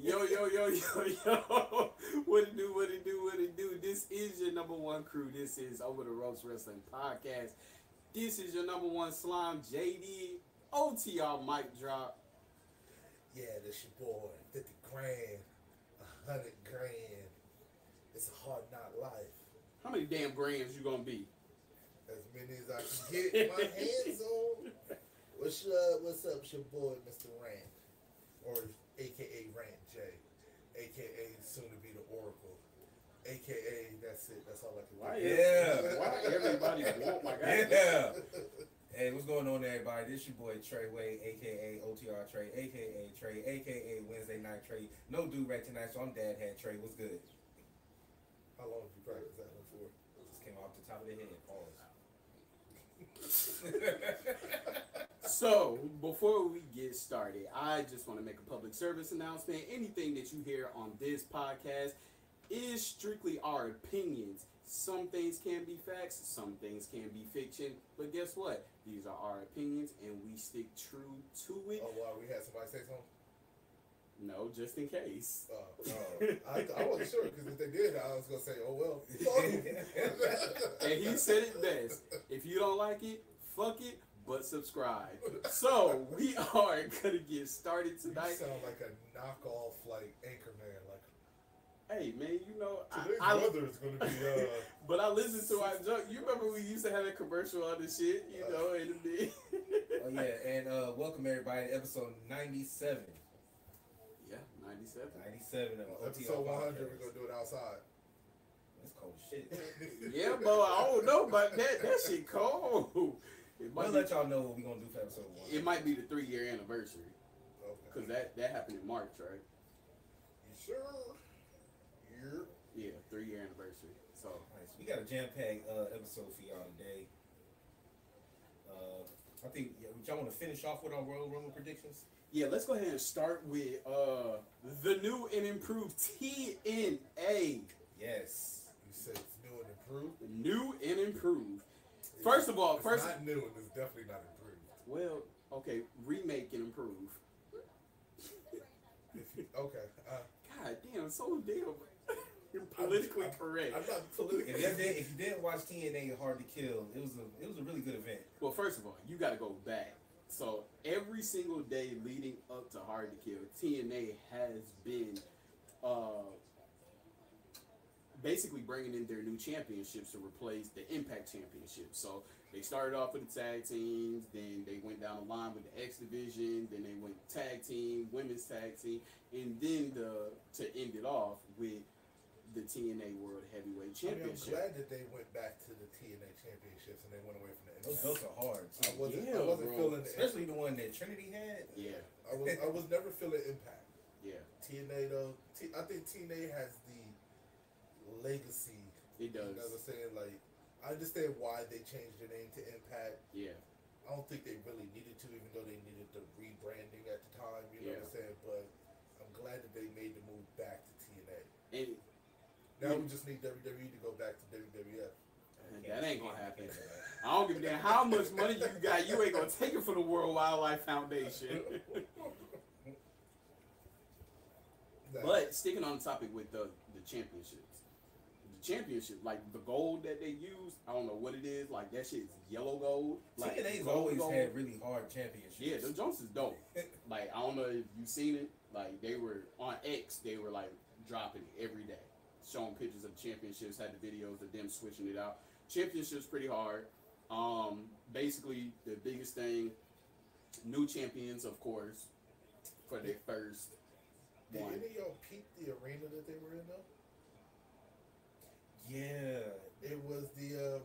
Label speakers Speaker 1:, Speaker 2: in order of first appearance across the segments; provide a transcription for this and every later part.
Speaker 1: yo, yo, yo, yo, yo. What it do, what it do, what it do. This is your number one crew. This is Over the Ropes Wrestling Podcast. This is your number one slime, JD. OTR mic drop.
Speaker 2: Yeah, this your boy. 50 grand, 100 grand. It's a hard knock life.
Speaker 1: How many damn brands you gonna be?
Speaker 2: As many as I can get my hands on. What's up? What's up? It's your boy, Mr. Rand, or AKA Rand J, AKA soon to be the Oracle, AKA that's it. That's all I can.
Speaker 1: Why
Speaker 2: do.
Speaker 1: everybody-
Speaker 3: Yeah.
Speaker 1: Why everybody want my guy?
Speaker 3: Yeah. Hey, what's going on, everybody? This your boy Trey Way, aka OTR Trey, aka Trey, aka Wednesday Night Trey. No dude right tonight, so I'm Dad Hat Trey. What's good?
Speaker 2: How long have you practiced that one for?
Speaker 3: Just came off the top of the head. Pause.
Speaker 1: So, before we get started, I just want to make a public service announcement. Anything that you hear on this podcast is strictly our opinions. Some things can be facts, some things can be fiction, but guess what? These are our opinions and we stick true to it.
Speaker 2: Oh wow, we had somebody say something.
Speaker 1: No, just in case.
Speaker 2: Uh, uh, I, I wasn't sure because if they did, I was gonna say, oh well. Fuck.
Speaker 1: And he said it best. If you don't like it, fuck it, but subscribe. So, we are going to get started
Speaker 2: You
Speaker 1: tonight.
Speaker 2: sound like a knockoff like Anchorman. Like
Speaker 1: Hey, man, you know, I,
Speaker 2: today's
Speaker 1: I,
Speaker 2: weather is gonna be. Uh,
Speaker 1: But I listened to our joke. You remember we used to have a commercial on this shit, you know, and it
Speaker 3: Oh yeah, and uh, welcome everybody to episode 97.
Speaker 1: yeah, ninety seven.
Speaker 3: 97 of OTR.
Speaker 2: Episode 100, we're
Speaker 3: podcast.
Speaker 2: gonna do it outside.
Speaker 3: That's cold as shit.
Speaker 1: Yeah, bro. I don't know about that. That shit cold. It
Speaker 3: We'll
Speaker 1: might
Speaker 3: let
Speaker 1: be,
Speaker 3: y'all know what we're gonna do for episode one.
Speaker 1: it might be the three year anniversary
Speaker 2: Okay.
Speaker 1: because that that happened in March, right?
Speaker 2: You sure? You're
Speaker 1: Yeah, three year anniversary. So
Speaker 3: Nice. We got a jam-packed uh, episode for y'all today. Uh, I think yeah, y'all want to finish off with our Royal Rumble predictions.
Speaker 1: yeah, let's go ahead and start with uh the new and improved TNA.
Speaker 3: Yes.
Speaker 2: You said it's new and improved.
Speaker 1: New and improved. First of all,
Speaker 2: it's
Speaker 1: first-
Speaker 2: not new and it's definitely not improved.
Speaker 1: Well, okay, remake and improve.
Speaker 2: If you, okay, uh,
Speaker 1: God damn, so damn politically
Speaker 2: I'm-
Speaker 1: correct.
Speaker 2: I'm not
Speaker 3: If you didn't,
Speaker 2: politically.
Speaker 3: if you didn't watch TNA Hard to Kill, it was a it was a really good event.
Speaker 1: Well, first of all, you got to go back. So every single day leading up to Hard to Kill, TNA has been uh, basically bringing in their new championships to replace the Impact Championship. So they started off with the tag teams, then they went down the line with the X Division, then they went tag team, women's tag team, and then the to end it off with the TNA World Heavyweight
Speaker 2: I mean, I'm
Speaker 1: Championship.
Speaker 2: glad that they went back to the TNA championships and they went away from the
Speaker 3: Those
Speaker 2: Impact.
Speaker 3: belts are hard,
Speaker 2: I
Speaker 3: too.
Speaker 2: wasn't,
Speaker 1: Yeah,
Speaker 2: I wasn't
Speaker 1: bro.
Speaker 2: feeling the
Speaker 3: especially the one that Trinity had.
Speaker 1: yeah,
Speaker 2: I was, I was never feeling Impact.
Speaker 1: yeah,
Speaker 2: TNA though, T, I think TNA has the legacy.
Speaker 1: it
Speaker 2: You know what
Speaker 1: does.
Speaker 2: I'm saying? Like, I understand why they changed their name to Impact.
Speaker 1: Yeah.
Speaker 2: I don't think they really needed to, even though they needed the rebranding at the time. You know
Speaker 1: Yeah.
Speaker 2: what I'm saying? But I'm glad that they made the move back to TNA.
Speaker 1: And
Speaker 2: Now
Speaker 1: Yeah.
Speaker 2: we just need WWE to go back to WWF.
Speaker 1: Man, that ain't gonna happen. I don't give a damn how much money you got. You ain't gonna take it from the World Wildlife Foundation.
Speaker 2: Nah,
Speaker 1: but sticking on the topic with the the championships, the championship, like the gold that they use, I don't know what it is. Like that shit's yellow gold. Like
Speaker 3: TNA's
Speaker 1: gold
Speaker 3: always
Speaker 1: gold.
Speaker 3: had really hard championships.
Speaker 1: Yeah, the Jones is dope. Like I don't know if you seen it. Like they were on X, they were like dropping it every day, showing pictures of championships. Had the videos of them switching it out. Championships pretty hard. Um, basically the biggest thing, new champions of course, for their first
Speaker 2: did
Speaker 1: one.
Speaker 2: any of y'all peep the arena that they were in though?
Speaker 3: yeah.
Speaker 2: It was the um,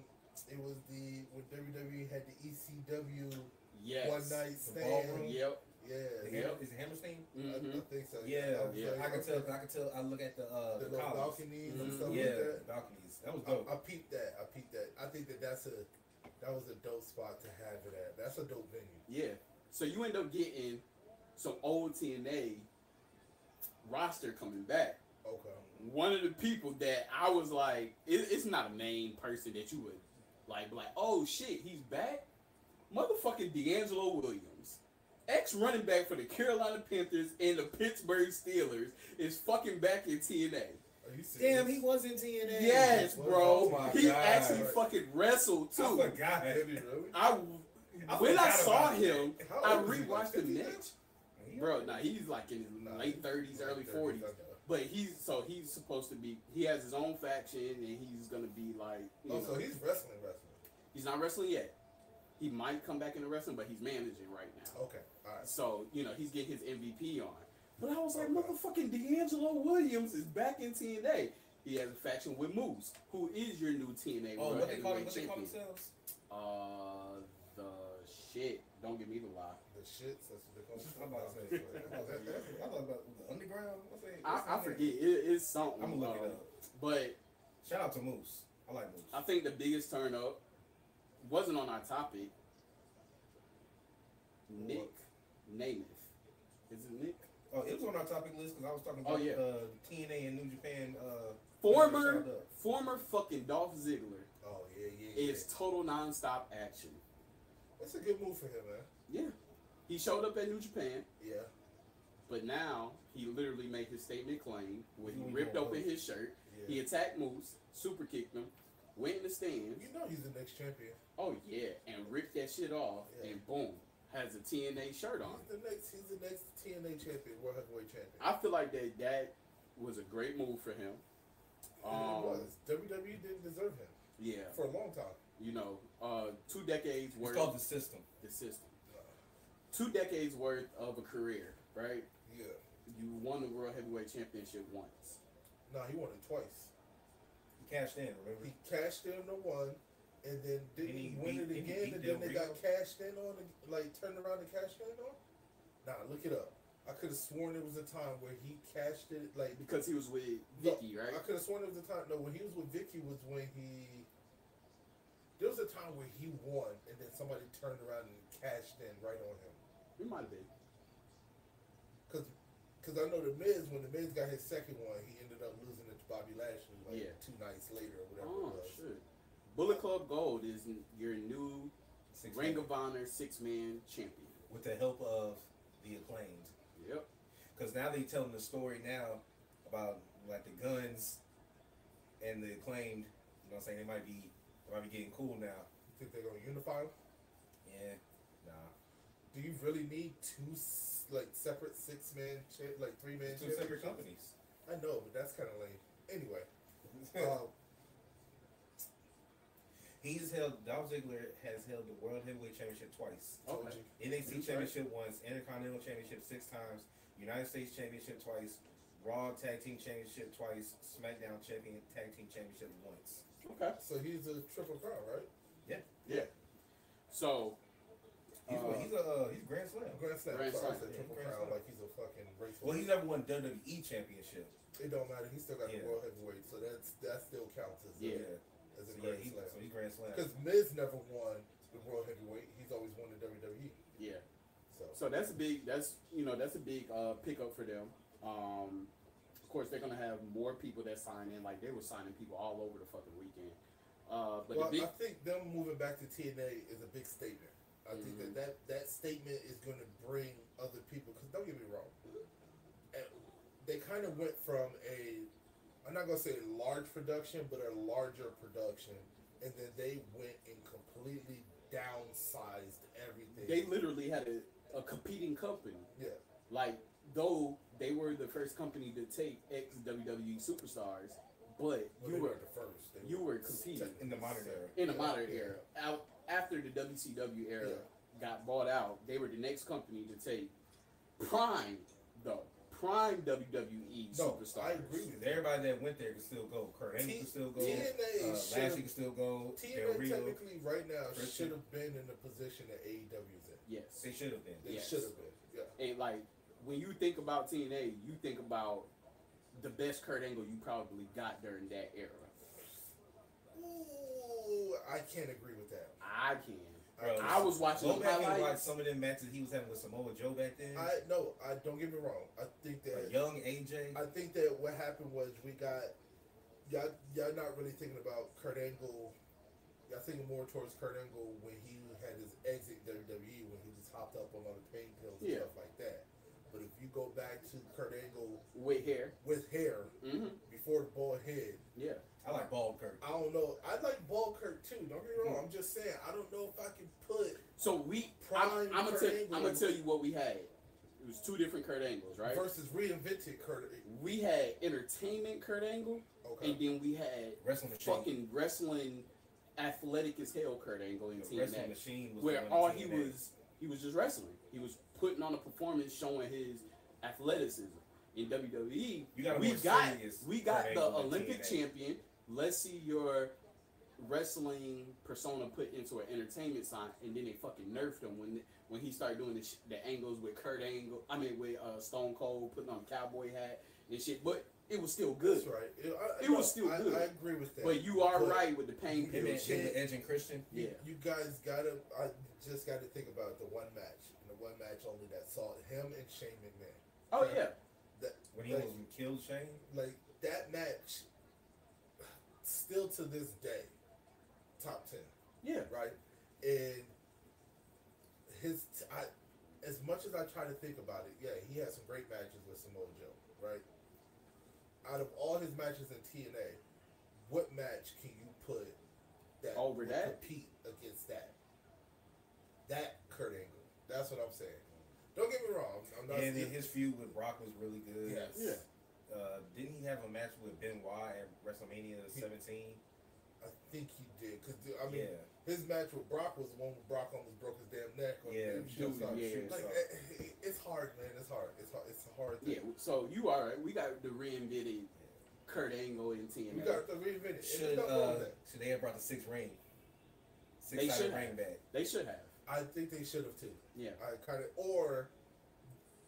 Speaker 2: it was the when WWE had the ECW
Speaker 1: Yes.
Speaker 2: one night Uh,
Speaker 3: The
Speaker 2: stand.
Speaker 3: ballroom?
Speaker 1: Yep.
Speaker 2: Yeah,
Speaker 3: The
Speaker 1: Yeah.
Speaker 3: Ham- Is it Hammerstein?
Speaker 2: I,
Speaker 1: hmm
Speaker 2: I think so.
Speaker 3: Yeah,
Speaker 2: I was
Speaker 1: yeah.
Speaker 2: like,
Speaker 3: I can
Speaker 2: okay.
Speaker 3: tell. 'cause I can tell. I look at the uh,
Speaker 2: the
Speaker 3: the,
Speaker 2: little
Speaker 3: columns.
Speaker 2: balconies
Speaker 1: Mhm.
Speaker 2: and stuff
Speaker 3: Yeah,
Speaker 2: like that.
Speaker 3: the balconies. That was dope.
Speaker 2: I, I peeped that. I peeped that. I think that that's a that was a dope spot to have it at. That's a dope venue.
Speaker 1: Yeah. So you end up getting some old TNA roster coming back.
Speaker 2: Okay.
Speaker 1: one of the people that I was like, it, it's not a name person that you would like, be like, oh shit, he's back. Motherfucking D'Angelo Williams. Ex running back for the Carolina Panthers and the Pittsburgh Steelers is fucking back in TNA.
Speaker 2: Are you serious?
Speaker 3: Damn, he was in TNA.
Speaker 1: Yes,
Speaker 2: What
Speaker 3: Oh
Speaker 1: bro.
Speaker 3: my
Speaker 1: he
Speaker 3: God.
Speaker 1: actually fucking wrestled
Speaker 3: I
Speaker 1: too.
Speaker 3: forgot.
Speaker 2: Did he really?
Speaker 1: I when I
Speaker 3: forgot
Speaker 1: saw
Speaker 3: about
Speaker 1: him,
Speaker 2: How
Speaker 1: I
Speaker 2: old is he, like
Speaker 1: rewatched the
Speaker 2: 50 now?
Speaker 1: next. Bro, now he's like in his
Speaker 2: Nah,
Speaker 1: late
Speaker 2: he's
Speaker 1: thirties,
Speaker 2: like
Speaker 1: early
Speaker 2: 30s,
Speaker 1: forties.
Speaker 2: okay.
Speaker 1: But he's so he's supposed to be. He has his own faction, and he's gonna be like. You
Speaker 2: Oh,
Speaker 1: know,
Speaker 2: so he's wrestling, wrestling.
Speaker 1: he's not wrestling yet. He might come back into wrestling, but he's managing right now.
Speaker 2: Okay, all right.
Speaker 1: So you know he's getting his MVP on. But I was like,
Speaker 2: Okay.
Speaker 1: motherfucking D'Angelo Williams is back in TNA. He has a faction with Moose, who is your new TNA
Speaker 3: Oh,
Speaker 1: World
Speaker 3: what they call
Speaker 1: Heavyweight
Speaker 3: what they call
Speaker 1: Champion.
Speaker 3: themselves?
Speaker 1: Uh, the shit. Don't give me the lie.
Speaker 2: The shits, that's what they call it.
Speaker 3: I'm about to say. I'm
Speaker 2: Oh,
Speaker 3: about to say. I'm about the underground. What's that- what's
Speaker 1: I, I
Speaker 3: that?
Speaker 1: forget. It, it's something.
Speaker 3: I'm gonna look it
Speaker 1: uh,
Speaker 3: up.
Speaker 1: But
Speaker 3: Shout out to Moose. I like Moose.
Speaker 1: I think the biggest turn up wasn't on our topic. Nick Namath. Is it Nick?
Speaker 3: Oh, it was on our topic list because I was talking
Speaker 1: Oh,
Speaker 3: about
Speaker 1: yeah.
Speaker 3: uh, TNA and New Japan. Uh,
Speaker 1: Former
Speaker 3: Shout out.
Speaker 1: former fucking Dolph Ziggler
Speaker 2: Oh yeah, yeah, yeah.
Speaker 1: is total nonstop action.
Speaker 2: That's a good move for him, man.
Speaker 1: Yeah. He showed up at New Japan,
Speaker 2: Yeah.
Speaker 1: but now he literally made his statement claim when
Speaker 3: He
Speaker 1: he
Speaker 3: was
Speaker 1: ripped
Speaker 3: going
Speaker 1: open
Speaker 3: home.
Speaker 1: his shirt,
Speaker 2: Yeah.
Speaker 1: he attacked Moose, super kicked him, went in the stands,
Speaker 2: You know he's the next champion.
Speaker 1: oh yeah, and ripped that shit off,
Speaker 2: Yeah.
Speaker 1: and boom, has a TNA shirt on.
Speaker 2: He's the next. He's the next TNA champion, World Heavyweight Champion.
Speaker 1: I feel like that that was a great move for him.
Speaker 2: And
Speaker 1: Um,
Speaker 2: it was. WWE didn't deserve him
Speaker 1: Yeah,
Speaker 2: for a long time.
Speaker 1: you know, uh, two decades
Speaker 3: It's
Speaker 1: worth
Speaker 3: called the
Speaker 1: of
Speaker 3: system.
Speaker 1: the system, two decades worth of a career, right?
Speaker 2: Yeah.
Speaker 1: You won the world heavyweight championship once.
Speaker 2: No, he won it twice.
Speaker 3: He cashed in. Remember?
Speaker 2: He cashed in the one, and then didn't
Speaker 3: And he
Speaker 2: he win it
Speaker 3: beat- and he
Speaker 2: again?
Speaker 3: beat
Speaker 2: And
Speaker 3: Del
Speaker 2: then they
Speaker 3: Rio?
Speaker 2: got cashed in on, the- like turned around and cashed in on. Nah, look it up. I could have sworn there was a time where he cashed it. Like
Speaker 1: Because he was with
Speaker 2: No,
Speaker 1: Vicky, right?
Speaker 2: I could have sworn there was a time. No, when he was with Vicky was when he. There was a time where he won, and then somebody turned around and cashed in right on him.
Speaker 1: It might have been.
Speaker 2: Cause, cause I know the Miz when the Miz got his second one, he ended up losing it to Bobby Lashley like
Speaker 1: Yeah.
Speaker 2: two nights later or whatever
Speaker 1: Oh
Speaker 2: it was.
Speaker 1: shit! Bullet Club Gold is n- your new
Speaker 3: Six
Speaker 1: Ring
Speaker 3: man.
Speaker 1: of Honor six man champion.
Speaker 3: with the help of the acclaimed.
Speaker 1: Yep.
Speaker 3: Because now they telling the story now about like the guns and the acclaimed. You know, what I'm saying they might be they might be getting cool now.
Speaker 2: You think they're gonna unify? 'em?
Speaker 3: Yeah, nah.
Speaker 2: Do you really need two s- like separate six man cha- like three man
Speaker 3: It's two separate companies.
Speaker 2: I know, but that's kind of lame. Anyway, um,
Speaker 3: He's held Dolph Ziggler has held the World Heavyweight Championship twice.
Speaker 2: told
Speaker 1: Okay.
Speaker 2: you.
Speaker 3: NXT
Speaker 1: That's
Speaker 3: Championship once, Intercontinental Championship six times, United States Championship twice, Raw Tag Team Championship twice, SmackDown Champion Tag Team Championship once.
Speaker 1: Okay.
Speaker 2: So he's a triple crown, right?
Speaker 1: So
Speaker 3: He's,
Speaker 1: Uh,
Speaker 3: a, he's a uh, he's a Grand Slam.
Speaker 2: Grand Slam.
Speaker 1: Grand
Speaker 2: so I
Speaker 1: Slam,
Speaker 2: said
Speaker 3: yeah,
Speaker 2: triple
Speaker 3: Grand
Speaker 2: crown,
Speaker 3: Slam.
Speaker 2: like he's a fucking race.
Speaker 3: Well, he's never won WWE Championship.
Speaker 2: it don't matter. He still got
Speaker 3: Yeah.
Speaker 2: the world heavyweight, so that's that still counts as a,
Speaker 1: Yeah.
Speaker 2: as
Speaker 3: So,
Speaker 2: a
Speaker 3: yeah,
Speaker 2: Grand
Speaker 3: he,
Speaker 2: Slam.
Speaker 3: so he's Grand Slam.
Speaker 2: Because Miz never won the world heavyweight. He's always won the WWE.
Speaker 1: yeah.
Speaker 2: So,
Speaker 1: So that's a big. That's you know that's a big uh, pickup for them. Um, of course, they're gonna have more people that sign in. Like they were signing people all over the fucking weekend. Uh, but
Speaker 2: well,
Speaker 1: the big,
Speaker 2: I think them moving back to TNA is a big statement. I think
Speaker 1: Mm-hmm.
Speaker 2: that, that that statement is going to bring other people. Because don't get me wrong, eh, they kind of went from a I'm not gonna say large production, but a larger production, and then they went and completely downsized everything.
Speaker 1: they literally had a, a competing company.
Speaker 2: yeah,
Speaker 1: Like though they were the first company to take ex WWE superstars, but
Speaker 2: Well,
Speaker 1: you
Speaker 2: they
Speaker 1: were
Speaker 2: the first. They
Speaker 1: you were competing
Speaker 3: In the modern era.
Speaker 1: in the modern
Speaker 2: Yeah.
Speaker 1: era. Out after the WCW era got bought out, they were the next company to take prime though prime WWE
Speaker 2: No,
Speaker 1: superstars.
Speaker 2: I agree.
Speaker 3: Because Everybody that went there can still go. Kurt Angle can still go.
Speaker 2: TNA
Speaker 3: Uh,
Speaker 2: should've-
Speaker 3: Lashley can still go. Del
Speaker 2: TNA
Speaker 3: Rio.
Speaker 2: technically right now
Speaker 3: Christian.
Speaker 2: should have been in the position that AEW's in.
Speaker 1: Yes.
Speaker 3: They should have been.
Speaker 2: They
Speaker 1: Yes.
Speaker 2: should have been. Yeah.
Speaker 1: And like when you think about TNA, you think about the best Kurt Angle you probably got during that era.
Speaker 2: Ooh, I can't agree with that.
Speaker 1: I can.
Speaker 3: Bro,
Speaker 1: I was watching
Speaker 3: Go
Speaker 1: the
Speaker 3: back and watch
Speaker 1: highlights.
Speaker 3: some of them matches he was having with Samoa Joe back then.
Speaker 2: I no, I don't get me wrong. I think
Speaker 3: a
Speaker 2: that
Speaker 3: young AJ.
Speaker 2: I think that what happened was we got y'all y'all not really thinking about Kurt Angle I think more towards Kurt Angle when he had his exit WWE E, when he just hopped up on all the pain pills and
Speaker 1: Yeah.
Speaker 2: stuff like that. But if you go back to Kurt Angle
Speaker 1: with hair.
Speaker 2: with hair
Speaker 1: hmm
Speaker 2: before the bald head,
Speaker 1: Yeah.
Speaker 3: I like bald Kirk.
Speaker 2: I don't know. I like bald Kurt too. Don't get me
Speaker 1: Mm-hmm.
Speaker 2: wrong. I'm just saying I don't know if I can put
Speaker 1: So we. I'm,
Speaker 2: Prime
Speaker 1: I'm gonna
Speaker 2: Kurt
Speaker 1: tell.
Speaker 2: Angle.
Speaker 1: I'm gonna tell you what we had. It was two different Kurt Angles, right?
Speaker 2: versus reinvented Kurt.
Speaker 1: we had entertainment Kurt Angle, and
Speaker 2: Okay.
Speaker 1: then we had
Speaker 3: Wrestling machine.
Speaker 1: fucking wrestling, athletic as hell Kurt Angle in
Speaker 3: The
Speaker 1: Team
Speaker 3: wrestling
Speaker 1: X,
Speaker 3: machine was
Speaker 1: where
Speaker 3: on
Speaker 1: all
Speaker 3: TNA.
Speaker 1: he was he was just wrestling. He was putting on a performance, showing his athleticism. In E, WWE,
Speaker 3: You got a
Speaker 1: we
Speaker 3: more
Speaker 1: got
Speaker 3: serious
Speaker 1: we got
Speaker 3: Kurt
Speaker 1: the
Speaker 3: Angle than
Speaker 1: Olympic
Speaker 3: TNA.
Speaker 1: champion. Let's see your wrestling persona put into an entertainment sign, and then they fucking nerfed him when when he started doing the, sh- the angles with Kurt Angle. I mean, with uh, Stone Cold putting on a cowboy hat and shit, but it was still good.
Speaker 2: That's right. It, I,
Speaker 1: It
Speaker 2: no,
Speaker 1: was still
Speaker 2: I,
Speaker 1: good.
Speaker 2: I agree with that.
Speaker 1: But you are
Speaker 2: But-
Speaker 1: right with the pain
Speaker 3: Him
Speaker 1: pill
Speaker 3: and, him
Speaker 1: shit.
Speaker 3: and Edge and Christian.
Speaker 1: Yeah,
Speaker 2: You guys gotta. I just gotta think about the one match and the one match only that saw him and Shane McMahon.
Speaker 1: Oh yeah.
Speaker 2: That
Speaker 3: When he
Speaker 2: like,
Speaker 3: was killed Shane.
Speaker 2: like that match, still to this day, top ten,
Speaker 1: Yeah.
Speaker 2: right? And his, I, as much as I try to think about it, yeah, he had some great matches with Samoa Joe, right? Out of all his matches in TNA, what match can you put that
Speaker 1: Over
Speaker 2: would
Speaker 1: that?
Speaker 2: compete against that? That Kurt Angle. That's what I'm saying. Don't get me wrong. I'm not
Speaker 3: And then
Speaker 2: saying
Speaker 3: his feud with Brock was really good.
Speaker 2: Yes.
Speaker 1: Yeah.
Speaker 3: Uh, didn't he have a match with Benoit at WrestleMania 17?
Speaker 2: I think he did because I mean
Speaker 3: yeah.
Speaker 2: His match with Brock was the one where Brock almost broke his damn neck. On the
Speaker 3: Yeah,
Speaker 2: show
Speaker 1: dude,
Speaker 2: side.
Speaker 1: yeah.
Speaker 2: Like, eh, eh, it's hard, man. It's hard. It's hard. It's a hard thing.
Speaker 1: Yeah. So you are right. We got the reinvented Kurt Angle in
Speaker 2: We
Speaker 1: TNA.
Speaker 2: got to reinvent it. And
Speaker 3: Should,
Speaker 2: there's nothing wrong
Speaker 3: uh,
Speaker 2: with that.
Speaker 3: should they have brought the six ring?
Speaker 1: They
Speaker 3: Six sided
Speaker 1: should
Speaker 3: ring back.
Speaker 1: They should have.
Speaker 2: I think they should have too.
Speaker 1: Yeah.
Speaker 2: I kind of or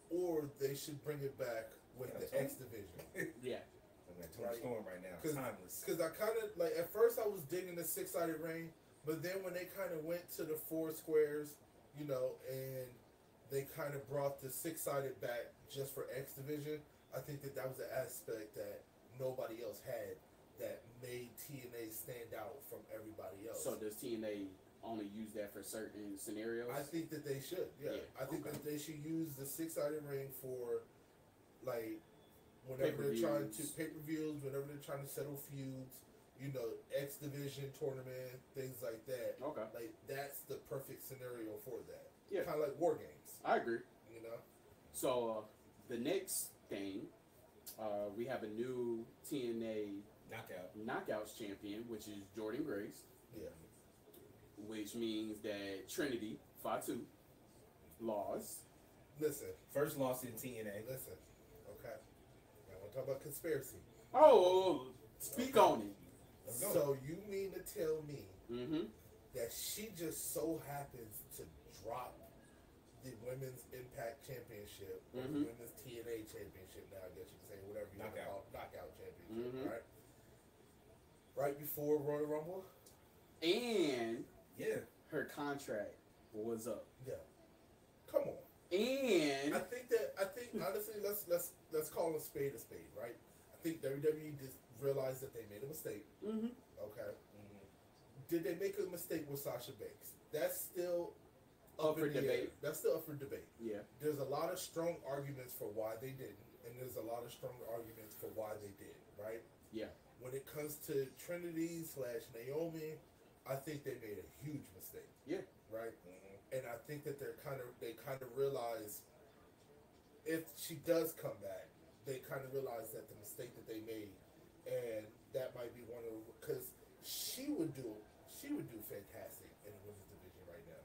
Speaker 2: or they should bring it back with
Speaker 3: Yeah,
Speaker 2: the
Speaker 3: Tony.
Speaker 2: X division
Speaker 1: Yeah.
Speaker 3: I'm at Tony
Speaker 2: Right.
Speaker 3: Storm right now.
Speaker 2: Cause-
Speaker 3: Timeless.
Speaker 2: because I kind of like at first I was digging the six sided ring, but then when they kind of went to the four squares, you know, and they kind of brought the six sided back just for X division. I think that that was the aspect that nobody else had that made TNA stand out from everybody else.
Speaker 1: So does TNA only use that for certain scenarios?
Speaker 2: I think that they should. Yeah,
Speaker 1: Yeah,
Speaker 2: I think
Speaker 1: okay.
Speaker 2: that they should use the six sided ring for like whenever they're trying to
Speaker 1: Pay-per-views.
Speaker 2: pay per views, whenever they're trying to settle feuds. You know, X division tournament, things like that.
Speaker 1: Okay.
Speaker 2: Like that's the perfect scenario for that.
Speaker 1: Yeah.
Speaker 2: kind of like war games.
Speaker 1: I agree.
Speaker 2: You know,
Speaker 1: So uh, the next thing, uh, we have a new TNA
Speaker 3: Knockout.
Speaker 1: Knockouts champion, which is Jordan Grace,
Speaker 2: yeah.
Speaker 1: which means that Trinity Fatu lost.
Speaker 2: Listen,
Speaker 3: First loss in TNA.
Speaker 2: listen. Okay, I want to talk about conspiracy.
Speaker 1: Oh, speak on it.
Speaker 3: Let's go.
Speaker 2: So you mean to tell me
Speaker 1: Mm-hmm.
Speaker 2: that she just so happens to drop the women's Impact Championship, or the
Speaker 1: Mhm.
Speaker 2: women's TNA Championship. Now I guess you can say whatever you want
Speaker 3: Knockout.
Speaker 2: to call it, knockout championship,
Speaker 1: Mhm.
Speaker 2: right? Right before Royal Rumble.
Speaker 1: And
Speaker 3: Yeah.
Speaker 1: her contract was up.
Speaker 2: Yeah. Come on.
Speaker 1: And
Speaker 2: I think that I think honestly, let's let's let's call a spade a spade, right? I think WWE just realized that they made a mistake.
Speaker 1: Mhm.
Speaker 2: Okay.
Speaker 1: Mm-hmm.
Speaker 3: Mhm.
Speaker 2: Did they make a mistake with Sasha Banks? That's still
Speaker 1: Up
Speaker 2: up
Speaker 1: for
Speaker 2: in the air.
Speaker 1: debate.
Speaker 2: That's still up for debate.
Speaker 1: yeah,
Speaker 2: there's a lot of strong arguments for why they didn't, and there's a lot of strong arguments for why they did, right?
Speaker 1: Yeah.
Speaker 2: When it comes to Trinity slash Naomi, I think they made a huge mistake.
Speaker 1: Yeah.
Speaker 2: Right?
Speaker 3: Mhm.
Speaker 2: And I think that they're kind of they kind of realize if she does come back, they kind of realize that the mistake that they made, and that might be one of because she would do she would do fantastic in the women's division right now,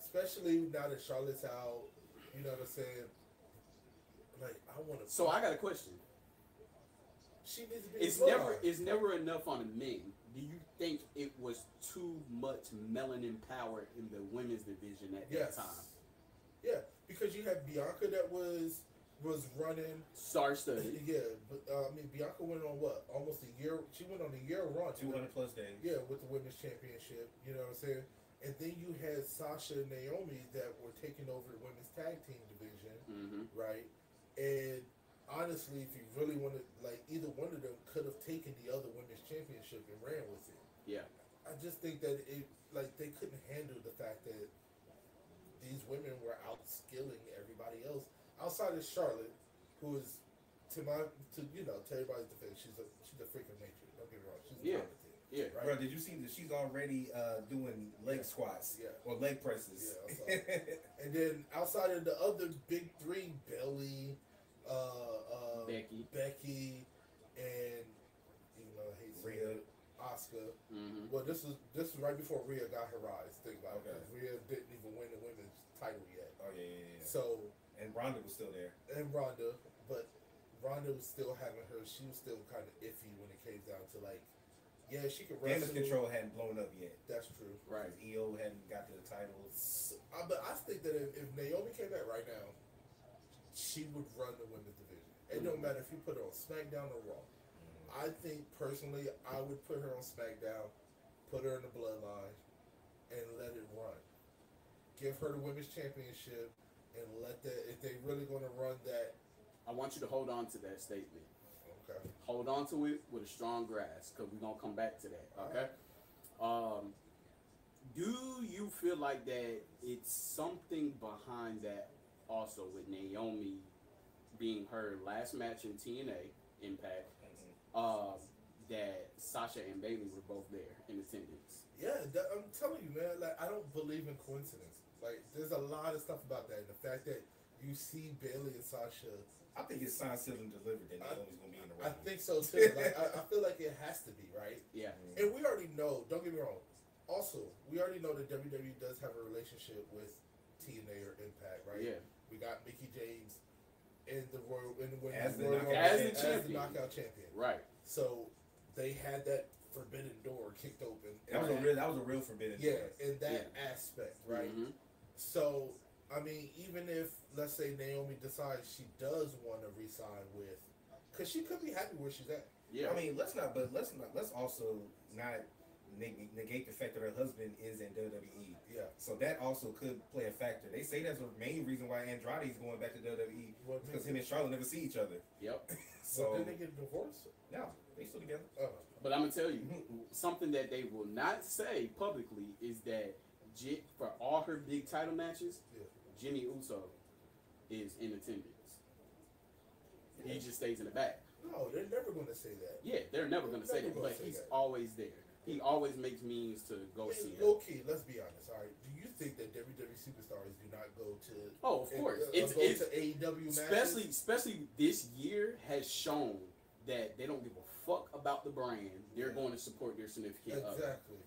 Speaker 2: especially now that Charlotte's out. You know what I'm saying? Like I want to.
Speaker 1: so I got a question.
Speaker 2: she needs to be.
Speaker 1: It's
Speaker 2: in the
Speaker 1: never
Speaker 2: bloodline.
Speaker 1: it's never enough on the men. Do you think it was too much melanin power in the women's division at
Speaker 2: yes.
Speaker 1: that time?
Speaker 2: Yeah, because you had Bianca that was was running.
Speaker 1: Star studded.
Speaker 2: Yeah, but uh, I mean Bianca went on what almost a year. She went on a year run.
Speaker 3: 200 plus days.
Speaker 2: Yeah, with the women's championship, you know what I'm saying? And then you had Sasha and Naomi that were taking over the women's tag team division,
Speaker 1: Mm-hmm.
Speaker 2: right? And honestly, if you really wanted, like, either one of them could have taken the other women's championship and ran with it.
Speaker 1: Yeah.
Speaker 2: I just think that it like they couldn't handle the fact that these women were outskilling everybody else outside of Charlotte, who is to my to you know to everybody's defense she's a she's a freaking matron. Don't get me wrong, she's
Speaker 1: Yeah.
Speaker 2: competent.
Speaker 1: Yeah.
Speaker 2: right.
Speaker 3: Bro, did you see that she's already uh, doing leg squats
Speaker 2: Yeah.
Speaker 3: or leg presses?
Speaker 2: Yeah, I And then outside of the other big three, Belly, uh, uh,
Speaker 1: Becky.
Speaker 2: Becky, and even though I hate Rhea,
Speaker 3: Rhea.
Speaker 2: Oscar.
Speaker 1: Mm-hmm.
Speaker 2: Well, this was this was right before Rhea got her rise. Think about it, 'cause
Speaker 3: Okay.
Speaker 2: Rhea didn't even win the women's title yet.
Speaker 3: oh yeah, yeah, yeah.
Speaker 2: So
Speaker 3: and Ronda was still there.
Speaker 2: and Ronda, but Ronda was still having her. She was still kind of iffy when it came down to like, yeah, she could wrestle.
Speaker 3: Damage control hadn't blown up yet.
Speaker 2: That's true.
Speaker 1: Right.
Speaker 3: EO hadn't got to the titles.
Speaker 2: S- I, but I think that if, if Naomi came back right now, she would run the women's division. It
Speaker 3: Mm-hmm.
Speaker 2: don't matter if you put her on SmackDown or Raw. I think personally, I would put her on SmackDown, put her in the Bloodline, and let it run. Give her the women's championship, and let that if they really going to run that.
Speaker 1: I want you to hold on to that statement.
Speaker 2: Okay.
Speaker 1: Hold on to it with a strong grasp because we're going to come back to that. Okay. Um, do you feel like that it's something behind that also with Naomi being her last match in TNA Impact? Um, that Sasha and Bailey were both there in attendance.
Speaker 2: Yeah, that, I'm telling you, man. Like I don't believe in coincidence. Like there's a lot of stuff about that. And the fact that you see Bailey and Sasha,
Speaker 3: I think it's signed, sealed, and delivered that
Speaker 2: I-
Speaker 3: Naomi's gonna be in the
Speaker 2: I
Speaker 3: ring.
Speaker 2: think so too. Like I, I feel like it has to be right.
Speaker 1: Yeah.
Speaker 3: Mm-hmm.
Speaker 2: And we already know. Don't get me wrong. Also, we already know that WWE does have a relationship with TNA or Impact, right?
Speaker 1: Yeah.
Speaker 2: We got Mickey James in the Royal in the Women's
Speaker 3: As the
Speaker 2: Royal
Speaker 3: knockout
Speaker 2: Rumble
Speaker 1: champion.
Speaker 2: as the knockout champion.
Speaker 1: Right.
Speaker 2: So they had that forbidden door kicked open.
Speaker 3: that was a real. That was a real forbidden.
Speaker 2: yeah,
Speaker 3: door.
Speaker 2: in that aspect, right?
Speaker 1: Mhm.
Speaker 2: So, I mean, even if let's say Naomi decides she does want to resign with, because she could be happy where she's at.
Speaker 1: Yeah.
Speaker 3: I mean, let's not. But let's not. Let's also not neg- negate the fact that her husband is in WWE.
Speaker 2: Yeah.
Speaker 3: So that also could play a factor. They say that's the main reason why Andrade is going back to WWE
Speaker 2: What
Speaker 3: because
Speaker 2: makes
Speaker 3: him and Charlotte never see each other.
Speaker 1: yep.
Speaker 2: Well,
Speaker 3: So
Speaker 2: did they get a divorce?
Speaker 3: no, they still together.
Speaker 2: Oh,
Speaker 1: But I'm gonna tell you
Speaker 2: mm-hmm.
Speaker 1: something that they will not say publicly is that J- for all her big title matches,
Speaker 2: yeah.
Speaker 1: Jimmy Uso is in attendance. He just stays in the back.
Speaker 2: No, they're never going to say that.
Speaker 1: Yeah, they're never gonna say
Speaker 2: Never
Speaker 1: that,
Speaker 2: gonna
Speaker 1: but
Speaker 2: say
Speaker 1: he's
Speaker 2: that.
Speaker 1: always there. He always makes means to go see
Speaker 2: Hey,
Speaker 1: her.
Speaker 2: low key, let's be honest. All right, do you think that WWE superstars do not go to?
Speaker 1: Oh, of course.
Speaker 2: uh,
Speaker 1: It's,
Speaker 2: go
Speaker 1: it's
Speaker 2: to AEW matches?
Speaker 1: especially especially this year has shown that they don't give a fuck about the brand. They're going to support their significant other.
Speaker 2: exactly.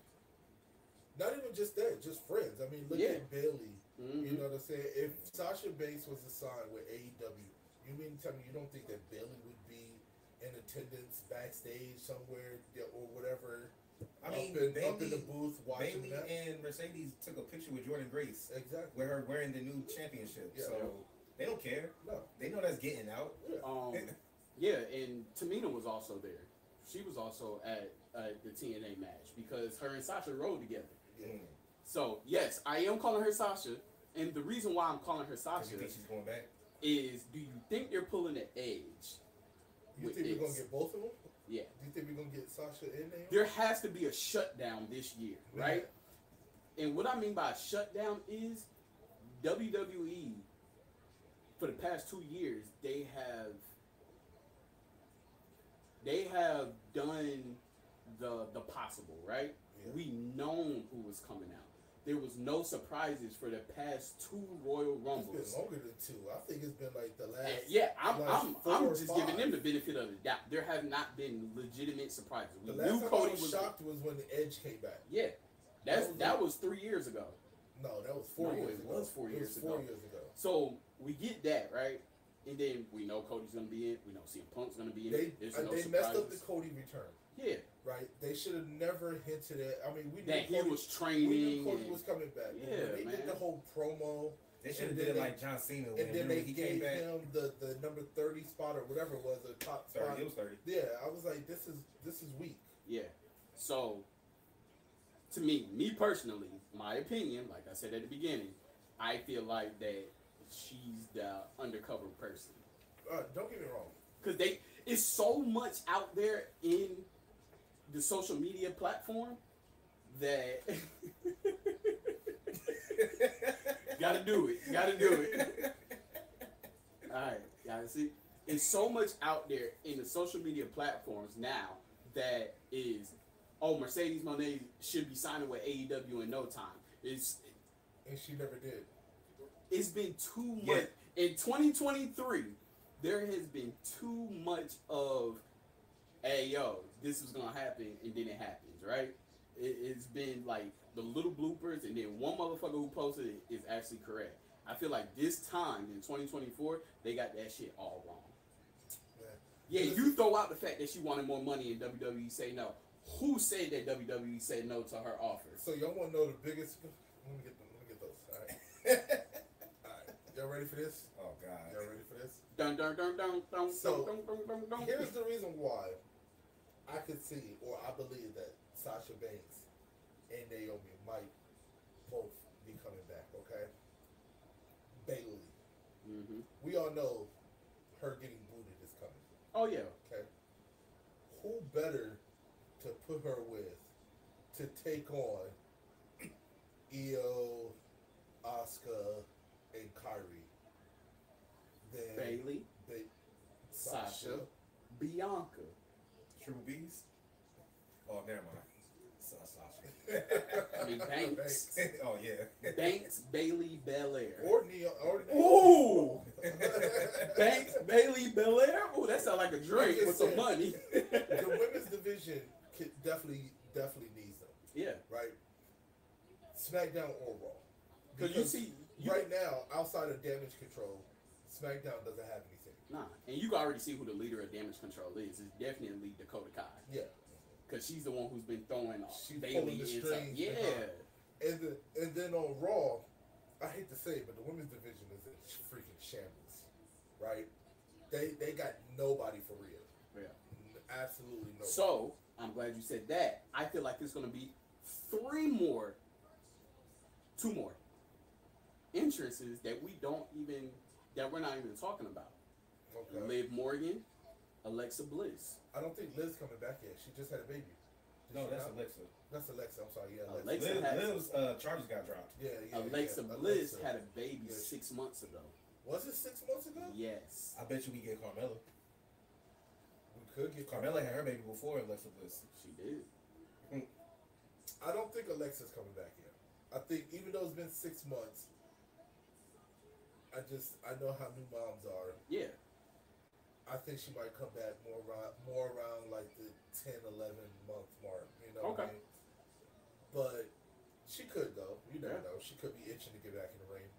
Speaker 2: Not even just that, just friends. I mean, look
Speaker 1: Yeah.
Speaker 2: at Bailey. You
Speaker 1: Mhm.
Speaker 2: know what I'm saying? If Sasha Banks was assigned with AEW, you mean to tell me you don't think that Bailey would be in attendance backstage somewhere yeah, or whatever?
Speaker 3: I mean,
Speaker 2: up in,
Speaker 3: Bailey,
Speaker 2: up in the booth watching
Speaker 3: Bailey
Speaker 2: that.
Speaker 3: and Mercedes took a picture with Jordan Grace
Speaker 2: Exactly.
Speaker 3: with her wearing the new championship.
Speaker 2: Yeah.
Speaker 3: So they don't care.
Speaker 2: No.
Speaker 3: They know that's getting out.
Speaker 2: Yeah.
Speaker 1: Um, yeah, and Tamina was also there. She was also at uh, the TNA match because her and Sasha rode together.
Speaker 2: yeah.
Speaker 3: Mm.
Speaker 1: So yes, I am calling her Sasha, and the reason why I'm calling her
Speaker 3: Do
Speaker 1: Sasha
Speaker 3: you think she's going back?
Speaker 1: is: Do you think they're pulling an edge?
Speaker 2: You
Speaker 1: with
Speaker 2: think we're gonna
Speaker 1: this?
Speaker 2: get both of them?
Speaker 1: Yeah.
Speaker 2: Do you think we're gonna get Sasha in there?
Speaker 1: There has to be a shutdown this year, right? And what I mean by shutdown is WWE for the past two years they have they have done the the possible, right?
Speaker 2: Yeah.
Speaker 1: We known who was coming out. There was no surprises for the past two Royal
Speaker 2: It's
Speaker 1: Rumbles.
Speaker 2: been longer than two. I think it's been like the last.
Speaker 1: And yeah, I'm,
Speaker 2: like
Speaker 1: I'm,
Speaker 2: four
Speaker 1: I'm
Speaker 2: or
Speaker 1: just giving them
Speaker 2: five.
Speaker 1: the benefit of the doubt. There have not been legitimate surprises. We
Speaker 2: The last
Speaker 1: knew
Speaker 2: time
Speaker 1: Cody
Speaker 2: I was,
Speaker 1: was
Speaker 2: shocked was when the Edge came back.
Speaker 1: yeah, that's
Speaker 2: That was
Speaker 1: that
Speaker 2: like-
Speaker 1: was three years ago.
Speaker 2: No, that was four
Speaker 1: No,
Speaker 2: years
Speaker 1: it
Speaker 2: ago.
Speaker 1: was four years
Speaker 2: it was four
Speaker 1: ago.
Speaker 2: years ago.
Speaker 1: So we get that right, and then we know Cody's gonna be in. We know CM Punk's gonna be in.
Speaker 2: They
Speaker 1: There's
Speaker 2: uh,
Speaker 1: no
Speaker 2: they
Speaker 1: surprises.
Speaker 2: messed up the Cody return,
Speaker 1: yeah,
Speaker 2: right? They should have never hinted at. I mean, we
Speaker 1: that he
Speaker 2: knew Cody,
Speaker 1: was
Speaker 2: we
Speaker 1: training.
Speaker 2: knew Cody
Speaker 1: and-
Speaker 2: was coming back. but when
Speaker 1: Yeah,
Speaker 2: they
Speaker 1: man.
Speaker 2: did the whole promo,
Speaker 3: They should have
Speaker 2: And
Speaker 3: did
Speaker 2: then
Speaker 3: it
Speaker 2: they-
Speaker 3: like John Cena when
Speaker 2: and then they
Speaker 3: he came
Speaker 2: gave
Speaker 3: back.
Speaker 2: him the, the number thirty spot or whatever it was a top spot.
Speaker 3: Thirty, it was thirty.
Speaker 2: Yeah, I was like, this is this is weak.
Speaker 1: yeah. So to me, me personally, my opinion, like I said at the beginning, I feel like that she's the undercover person.
Speaker 2: Uh, don't get me wrong.
Speaker 1: Cause they, it's so much out there in the social media platform that gotta do it. Gotta do it. All right, guys. See, it's so much out there in the social media platforms now that is, oh, Mercedes Monet should be signing with AEW in no time. It's
Speaker 2: and she never did.
Speaker 1: it's been too
Speaker 3: Yeah.
Speaker 1: much in 2023. There has been too much of, hey yo, this was gonna happen and then it happens, right? It, it's been like the little bloopers and then one motherfucker who posted it is actually correct. I feel like this time in 2024 they got that shit all wrong. Yeah, you throw out the fact that she wanted more money and WWE say no. Who said that WWE said no to her offer?
Speaker 2: So y'all want to know the biggest? Let me get them. Let me get those. All right. All right. Y'all ready for this?
Speaker 3: oh God.
Speaker 2: Y'all ready for this?
Speaker 1: Dun dun dun dun dun
Speaker 2: So,
Speaker 1: dun dun dun dun. dun.
Speaker 2: Here's the reason why I could see or I believe that Sasha Banks and Naomi might both be coming back. Okay. Bailey.
Speaker 1: Mhm.
Speaker 2: We all know her getting booted is coming.
Speaker 1: Oh yeah.
Speaker 2: Okay. Who better to put her with to take on Io, Oscar, and Kyrie than
Speaker 1: Bailey,
Speaker 2: Ba-
Speaker 1: Sasha.
Speaker 2: Sasha.
Speaker 1: Bianca.
Speaker 3: True Beast. Oh, never mind. Sa- Sasha.
Speaker 1: I mean Banks.
Speaker 3: oh yeah.
Speaker 1: Banks, Bailey, Belair.
Speaker 2: or Neo or
Speaker 1: Ooh! Banks, Bailey, Belair. Ooh, that sounds like a drink with some money.
Speaker 2: the women's division could definitely definitely needs them,
Speaker 1: yeah,
Speaker 2: right? SmackDown or Raw.
Speaker 1: because you see, you,
Speaker 2: right now, outside of damage control, SmackDown doesn't have anything.
Speaker 1: nah, and you can already see who the leader of Damage Control is. It's definitely Dakota Kai.
Speaker 2: Yeah.
Speaker 1: Because she's the one who's been throwing off.
Speaker 2: She's
Speaker 1: Bailey
Speaker 2: pulling the
Speaker 1: inside.
Speaker 2: strings uh-huh.
Speaker 1: Yeah.
Speaker 2: behind. And the, and then on Raw, I hate to say it, but the women's division is in sh- freaking shambles, right? They they got nobody for real,
Speaker 1: yeah.
Speaker 2: N- absolutely nobody.
Speaker 1: So I'm glad you said that. I feel like there's going to be three more, two more entrances that we don't even, that we're not even talking about.
Speaker 2: okay.
Speaker 1: Liv Morgan, Alexa Bliss.
Speaker 2: I don't think Liz coming back yet. She just had a baby. Did
Speaker 3: No,
Speaker 2: she
Speaker 3: that's
Speaker 2: not?
Speaker 3: Alexa.
Speaker 2: that's Alexa. I'm sorry. Yeah,
Speaker 1: Alexa
Speaker 3: Liv,
Speaker 1: has-
Speaker 3: Liv's uh, charges got dropped.
Speaker 2: Yeah, yeah,
Speaker 1: Alexa
Speaker 2: yeah.
Speaker 1: Bliss
Speaker 2: Alexa.
Speaker 1: had a baby
Speaker 2: Yeah.
Speaker 1: six months ago.
Speaker 2: Was it six months ago?
Speaker 1: Yes.
Speaker 3: I bet you we get Carmella.
Speaker 2: We could get.
Speaker 3: Carmella had her baby before Alexa Bliss.
Speaker 1: She did.
Speaker 2: I don't think Alexa's coming back yet. I think even though it's been six months, I just I know how new moms are.
Speaker 1: Yeah.
Speaker 2: I think she might come back more around more around like the 10, 11 month mark. You know. What I
Speaker 1: Okay.
Speaker 2: mean? But she could though. You never
Speaker 1: Yeah.
Speaker 2: know. She could be itching to get back in the ring.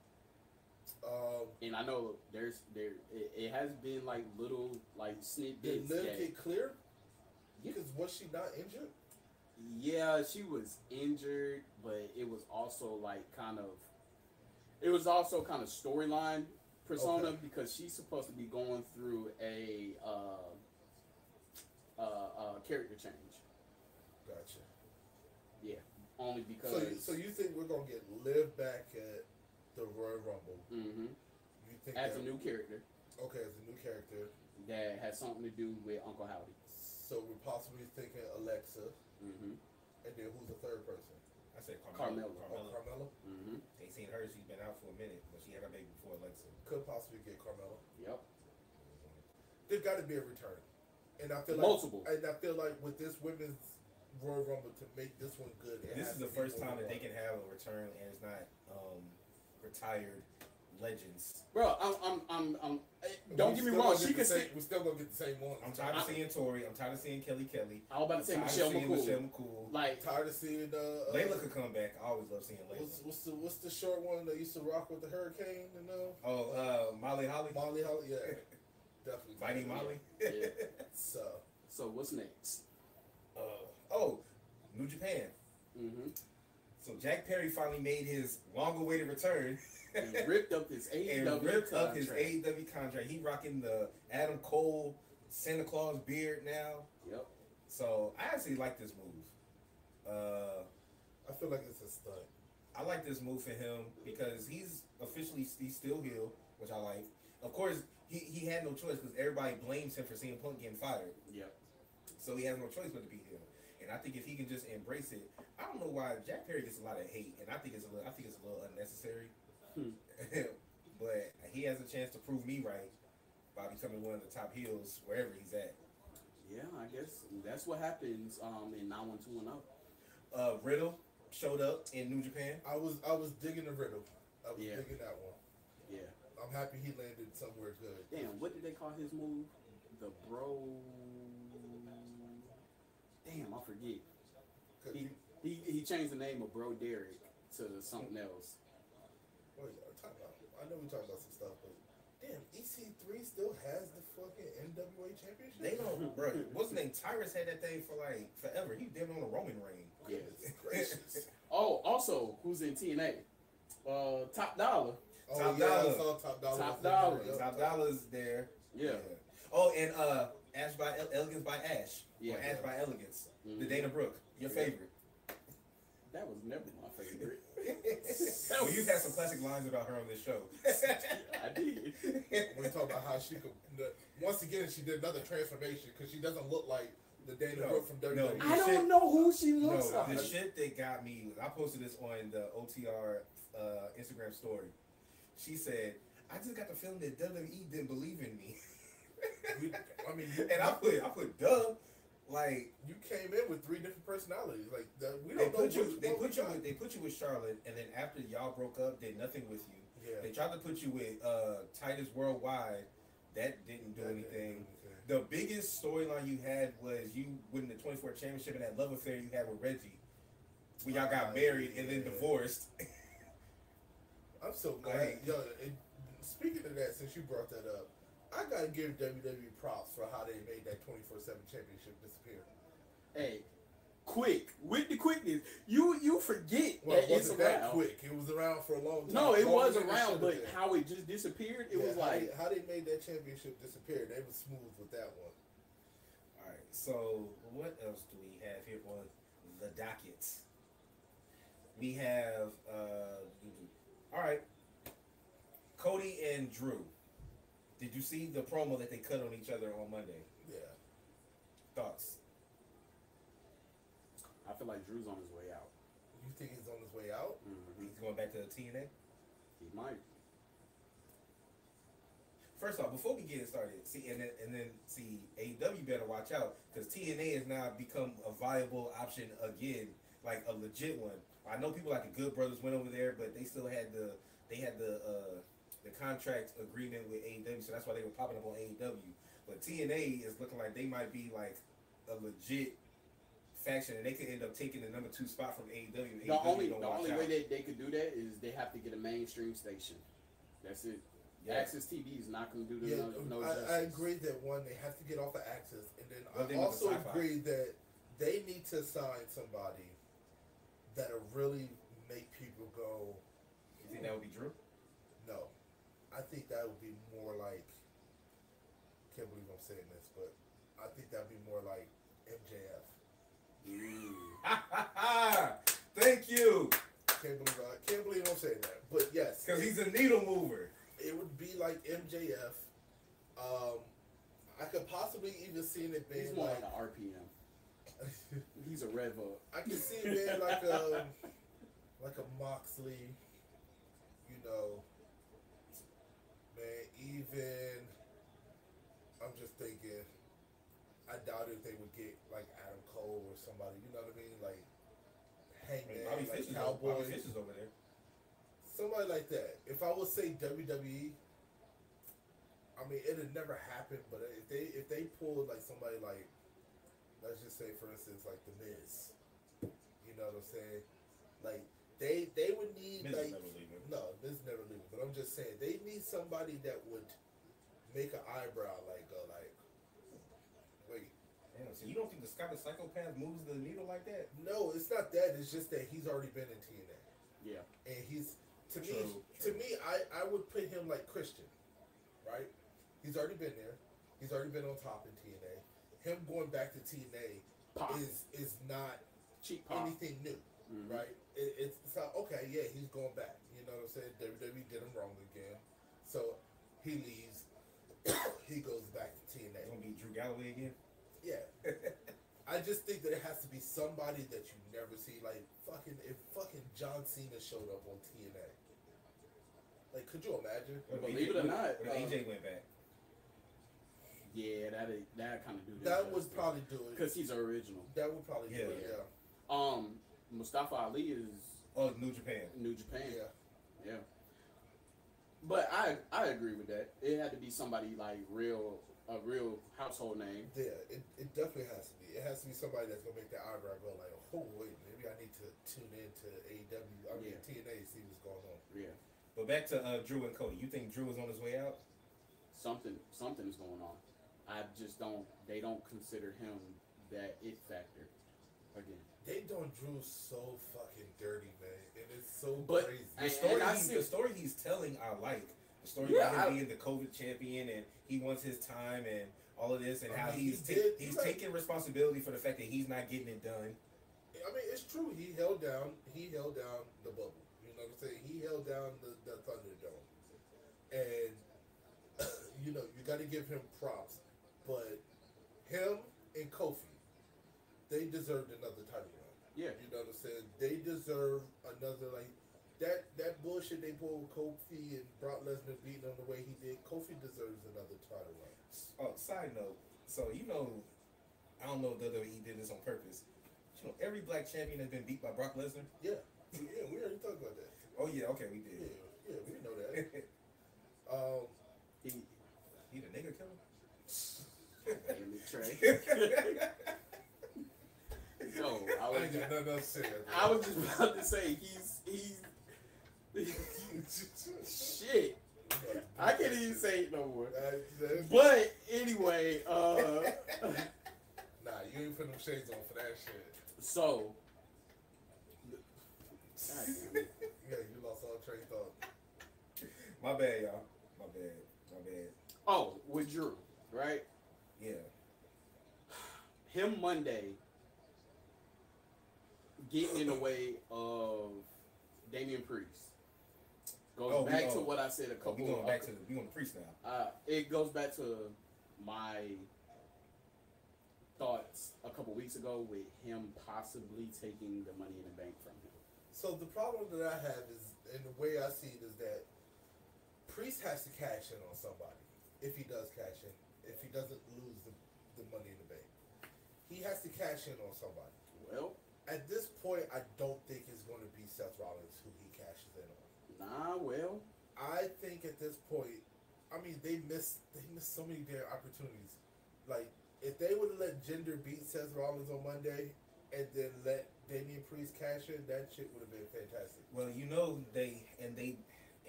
Speaker 2: Um,
Speaker 1: And I know there's there it, it has been like little like
Speaker 2: did
Speaker 1: snippets.
Speaker 2: Liv
Speaker 1: that-
Speaker 2: get clear?
Speaker 1: Yeah.
Speaker 2: Because was she not injured?
Speaker 1: Yeah, she was injured, but it was also like kind of, it was also kind of storyline persona
Speaker 2: Okay.
Speaker 1: because she's supposed to be going through a uh, uh, uh, character change.
Speaker 2: Gotcha.
Speaker 1: Only because.
Speaker 2: So, you, so you think we're gonna get Liv back at the Royal Rumble?
Speaker 1: hmm
Speaker 2: You think
Speaker 1: As a
Speaker 2: that-
Speaker 1: new character
Speaker 2: Okay, as a new character.
Speaker 1: that has something to do with Uncle Howdy.
Speaker 2: So we're possibly thinking Alexa,
Speaker 1: hmm
Speaker 2: and then who's the third person?
Speaker 3: I said Carmella.
Speaker 1: Carmella.
Speaker 2: Oh,
Speaker 3: Carmella.
Speaker 2: Carmella.
Speaker 1: hmm
Speaker 3: They seen her. She's been out for a minute, but she had her baby before Alexa.
Speaker 2: Could possibly get Carmella.
Speaker 1: Yep.
Speaker 2: There's got to be a return, and I feel like
Speaker 1: Multiple.
Speaker 2: And I feel like with this women's Royal Rumble to make this one good, it
Speaker 3: This
Speaker 2: has
Speaker 3: is
Speaker 2: to
Speaker 3: the
Speaker 2: be
Speaker 3: first time
Speaker 2: more
Speaker 3: that they
Speaker 2: than
Speaker 3: can have a return and it's not um, retired legends.
Speaker 1: Bro, I'm, I'm, I'm, I'm eh,
Speaker 2: one.
Speaker 1: Don't
Speaker 2: We
Speaker 1: get me
Speaker 2: still
Speaker 1: wrong.
Speaker 2: gonna
Speaker 1: She
Speaker 2: get
Speaker 1: can
Speaker 2: the same-
Speaker 1: sit.
Speaker 2: We're still gonna get the same one.
Speaker 3: I'm tired of
Speaker 1: I-
Speaker 3: seeing Tori. I'm tired of seeing Kelly Kelly.
Speaker 1: I was about to say
Speaker 3: I'm tired
Speaker 1: Michelle
Speaker 3: of seeing
Speaker 1: McCool.
Speaker 3: Michelle McCool.
Speaker 1: Like,
Speaker 2: tired of seeing uh, uh
Speaker 3: Layla could come back. I always love seeing
Speaker 2: What's,
Speaker 3: Layla.
Speaker 2: what's the what's the short one that used to rock with the hurricane? You know,
Speaker 3: Oh, uh, Molly Holly.
Speaker 2: Molly Holly. Yeah, definitely.
Speaker 3: Mighty Molly.
Speaker 1: Yeah.
Speaker 2: So
Speaker 1: so what's next?
Speaker 3: uh, oh, New Japan.
Speaker 1: hmm
Speaker 3: So Jack Perry finally made his long-awaited return
Speaker 1: and ripped up his AEW
Speaker 3: and ripped up his
Speaker 1: E contract.
Speaker 3: AEW E contract. He rocking the Adam Cole Santa Claus beard now.
Speaker 1: Yep.
Speaker 3: So I actually like this move. Uh,
Speaker 2: I feel like it's a stunt.
Speaker 3: I like this move for him because he's officially he's still heel, which I like. Of course, he, he had no choice because everybody blames him for CM Punk getting fired,
Speaker 1: Yep.
Speaker 3: so he has no choice but to be heel. And I think if he can just embrace it, I don't know why Jack Perry gets a lot of hate, and I think it's a little, I think it's a little unnecessary.
Speaker 1: Hmm.
Speaker 3: but he has a chance to prove me right by becoming one of the top heels wherever he's at.
Speaker 1: Yeah, I guess that's what happens um, in 91210.
Speaker 3: Uh, Riddle showed up in New Japan.
Speaker 2: I was I was digging the riddle. I was
Speaker 1: Yeah.
Speaker 2: digging that one.
Speaker 1: Yeah.
Speaker 2: I'm happy he landed somewhere good.
Speaker 1: Damn, what did they call his move? The bro. Damn, I forget.
Speaker 2: 'Cause
Speaker 1: He
Speaker 2: he-
Speaker 1: he, he changed the name of Bro Derek to something else.
Speaker 2: wait, I'm talking about, I know we talking about some stuff, but damn, EC3 still has the fucking NWA championship.
Speaker 3: They don't, bro. What's his name? Tyrus had that thing for like forever. He damn on a Roman reign.
Speaker 2: Goodness gracious.
Speaker 1: Oh, also, who's in TNA? Uh, Top Dollar.
Speaker 2: Oh
Speaker 3: Top
Speaker 2: yeah,
Speaker 3: dollar.
Speaker 2: I saw top dollar.
Speaker 1: Top
Speaker 2: was in
Speaker 1: dollar.
Speaker 2: there. Yup.
Speaker 3: Top Dollar's there.
Speaker 1: Yeah.
Speaker 3: Oh, and uh, Ash by El- Elegance by Ash.
Speaker 1: Yeah.
Speaker 3: Or Ash by Elegance. The
Speaker 1: Mhm.
Speaker 3: Dana Brooke, your
Speaker 2: Yeah.
Speaker 3: favorite.
Speaker 1: Mm-hmm. That was never my favorite.
Speaker 3: Well, you've had some classic lines about her on this show.
Speaker 1: I did.
Speaker 2: When we talk about how she could, the, once again, she did another transformation because she doesn't look like the Dana
Speaker 3: No,
Speaker 2: Brooke from E.
Speaker 3: no.
Speaker 2: WWE.
Speaker 1: I don't know who she looks
Speaker 3: No,
Speaker 1: like.
Speaker 3: the shit that got me. I posted this on the OTR uh, Instagram story. She said, "I just got the feeling that WWE didn't believe in me,"
Speaker 2: You- I mean, you,
Speaker 3: and I put, I put, "Duh." Like
Speaker 2: you came in with three different personalities. Like the, we
Speaker 3: they
Speaker 2: don't know
Speaker 3: put you,
Speaker 2: which
Speaker 3: they
Speaker 2: one
Speaker 3: put
Speaker 2: we
Speaker 3: you,
Speaker 2: got.
Speaker 3: with, they put you with Charlotte, and then after y'all broke up, did nothing with you.
Speaker 2: Yeah.
Speaker 3: They tried to put you with uh, Titus Worldwide. That didn't do
Speaker 2: That didn't
Speaker 3: anything.
Speaker 2: do anything.
Speaker 3: The biggest storyline you had was you winning the 24 championship and that love affair you had with Reggie. When y'all got
Speaker 2: Uh,
Speaker 3: married and then
Speaker 2: yeah.
Speaker 3: divorced.
Speaker 2: I'm so glad.
Speaker 3: Like-
Speaker 2: Yo, and speaking of that, since you brought that up, I gotta give WWE props for how they made that 24 7 championship disappear.
Speaker 1: Hey, quick with the quickness. You you forget
Speaker 2: Well,
Speaker 1: that
Speaker 2: it
Speaker 1: it's
Speaker 2: wasn't that
Speaker 1: around.
Speaker 2: quick. It was around for a long time.
Speaker 1: No, it
Speaker 2: Longer
Speaker 1: was
Speaker 2: than
Speaker 1: around,
Speaker 2: should've
Speaker 1: but
Speaker 2: been.
Speaker 1: how it just disappeared. It
Speaker 2: Yeah,
Speaker 1: was
Speaker 2: how
Speaker 1: like
Speaker 2: they- how they made that championship disappear. They were smooth with that one.
Speaker 3: All right. So what else do we have here on the docket? We have uh, all right. Cody and Drew. Did you see the promo that they cut on each other on Monday?
Speaker 2: Yeah.
Speaker 3: Thoughts?
Speaker 1: I feel like Drew's on his way out.
Speaker 2: You think he's on his way out?
Speaker 1: Mhm.
Speaker 3: He's going back to the TNA.
Speaker 1: He might.
Speaker 3: First off, before we get started, see, and then, and then see, AEW better watch out because TNA has now become a viable option again, like a legit one. I know people like the Good Brothers went over there, but they still had the they had the uh, the contract agreement with AEW, so that's why they were popping up on AEW. But TNA is looking like they might be like a legit faction, and they could end up taking the number two spot from E AEW.
Speaker 1: The
Speaker 3: AEW
Speaker 1: only
Speaker 3: don't
Speaker 1: the
Speaker 3: watch
Speaker 1: only
Speaker 3: out.
Speaker 1: way that they could do that is they have to get a mainstream station. That's it.
Speaker 3: yeah.
Speaker 1: Access TV is not going to do
Speaker 2: Yeah,
Speaker 1: them no, no justice.
Speaker 2: I, I agree that one they have to get off of access, and then
Speaker 3: Well, they
Speaker 2: I
Speaker 3: need to
Speaker 2: also
Speaker 3: sci-fi.
Speaker 2: agree that they need to sign somebody that'll really make people go,
Speaker 3: You think that would be Drew?
Speaker 2: no. I think that would be more like. Can't believe I'm saying this, but I think that'd be more like MJF.
Speaker 1: Mm.
Speaker 3: Thank you.
Speaker 2: Can't believe I can't believe I'm saying that, but yes,
Speaker 3: Because he's a needle mover.
Speaker 2: it would be like MJF. Um, I could possibly even see it
Speaker 1: He's
Speaker 2: being
Speaker 1: more
Speaker 2: like.
Speaker 1: like an RPM. He's a rev up.
Speaker 2: I can see it being like a like a Moxley, you know, man. Even I'm just thinking, I doubt if they would get like Adam Cole or somebody. You know what I mean? Like
Speaker 3: I
Speaker 2: Hangman,
Speaker 3: mean, Bobby Fish
Speaker 2: like
Speaker 3: is over- Bobby
Speaker 2: Cowboy,
Speaker 3: Fish is over there.
Speaker 2: somebody like that. If I would say WWE, I mean it'd never happen. But if they if they pulled like somebody like, let's just say for instance like the Miz, you know what I'm saying? Like they they would need
Speaker 3: Miz is
Speaker 2: like
Speaker 3: never leaving.
Speaker 2: no Miz never leaving. But I'm just saying they need somebody that would make an eyebrow like go like, wait.
Speaker 3: Damn, so you don't think the Scottish psychopath moves the needle like that?
Speaker 2: No, it's not that. It's just that he's already been in TNA.
Speaker 1: Yeah.
Speaker 2: and he's to me
Speaker 3: True,
Speaker 2: to
Speaker 3: true.
Speaker 2: me I, I would put him like Christian, right? He's already been there. He's already been on top in TNA. Him going back to TNA
Speaker 1: Pop.
Speaker 2: is is not
Speaker 1: Cheap pop.
Speaker 2: anything new,
Speaker 1: Mhm.
Speaker 2: right? It, it's, it's like okay, yeah, he's going back. You know what I'm saying? WWE did him wrong again, so he leaves. he goes back to
Speaker 3: It's
Speaker 2: TNA.
Speaker 3: gonna be Drew Galloway again.
Speaker 2: Yeah, I just think that it has to be somebody that you never see. Like fucking, if fucking John Cena showed up on TNA, like, could you imagine?
Speaker 3: What if
Speaker 1: Believe it or not,
Speaker 3: what
Speaker 1: uh,
Speaker 3: if AJ went back.
Speaker 1: Yeah, that that kind of do
Speaker 2: That would probably do it.
Speaker 1: because he's original.
Speaker 2: That would probably do
Speaker 3: Yeah.
Speaker 2: it. Yeah,
Speaker 1: Um, Mustafa Ali is
Speaker 3: Oh, New Japan.
Speaker 1: New Japan.
Speaker 2: yeah.
Speaker 1: Yeah. But I I agree with that. It had to be somebody like real a real household name.
Speaker 2: Yeah, it, it definitely has to be. It has to be somebody that's gonna make that eyebrow go like, oh wait, maybe I need to tune in to AEW. I mean
Speaker 1: Yeah.
Speaker 2: TNA and see what's going on.
Speaker 1: Yeah.
Speaker 3: But back to uh, Drew and Cody. You think Drew is on his way out?
Speaker 1: Something something's going on. I just don't they don't consider him that it factor again.
Speaker 2: They done Drew so fucking dirty, man, and it's so
Speaker 1: But-
Speaker 2: crazy.
Speaker 1: I-
Speaker 3: The story,
Speaker 1: and I
Speaker 3: he-
Speaker 1: see-
Speaker 3: the story he's telling, I like. The story
Speaker 1: Yeah,
Speaker 3: about him
Speaker 1: I-
Speaker 3: being the COVID champion and he wants his time and all of this and
Speaker 2: I
Speaker 3: how
Speaker 2: mean, he
Speaker 3: he's ta-
Speaker 2: did-
Speaker 3: he's
Speaker 2: right.
Speaker 3: taking responsibility for the fact that he's not getting it done.
Speaker 2: I mean, it's true. He held down. He held down the bubble. You know what I'm saying? He held down the, the Thunderdome, and you know you got to give him props. But him and Kofi, they deserved another title run.
Speaker 1: Yeah.
Speaker 2: You know what I'm saying? They deserve another like that. That bullshit they pulled with Kofi and Brock Lesnar beating him the way he did. Kofi deserves another title run.
Speaker 3: Oh, side note. So you know, I don't know if WWE did this on purpose. You know, every black champion has been beat by Brock Lesnar.
Speaker 2: Yeah, yeah, we already talked about that.
Speaker 3: Oh yeah, okay, we
Speaker 2: Yeah,
Speaker 3: did.
Speaker 2: yeah, we know that. Um,
Speaker 1: He
Speaker 3: he the nigga killer.
Speaker 1: damn it, Trey. no, I
Speaker 2: I
Speaker 1: was
Speaker 2: ain't got nothing else to say.
Speaker 1: I was just about to say he's he's shit. I can't even say it no more. But anyway, uh
Speaker 2: nah, you ain't putting them shades on for that shit.
Speaker 1: so God damn it.
Speaker 2: Yeah, you lost all train of thought.
Speaker 3: My bad, y'all. My bad. My bad.
Speaker 1: Oh, with Drew, right?
Speaker 3: Yeah.
Speaker 1: Him Monday getting in the way of Damian Priest. Goes
Speaker 3: Oh, we-
Speaker 1: back to
Speaker 3: oh.
Speaker 1: what I said a
Speaker 3: Oh, we
Speaker 1: couple
Speaker 3: going
Speaker 1: of
Speaker 3: back to the, we going to priest now.
Speaker 1: uh, it goes back to my thoughts a couple weeks ago with him possibly taking the money in the bank from him.
Speaker 2: So the problem that I have is, and the way I see it is that Priest has to cash in on somebody if he does cash in. If he doesn't lose the, the money in the bank, he has to cash in on somebody.
Speaker 1: Well,
Speaker 2: At this point, I don't think it's going to be Seth Rollins who he cashes in on.
Speaker 1: nah, well,
Speaker 2: I think at this point, I mean, they missed they missed so many their opportunities. Like if they would have let Gender beat Seth Rollins on Monday, and then let Damian Priest cash in, that shit would have been fantastic.
Speaker 3: Well, you know they and they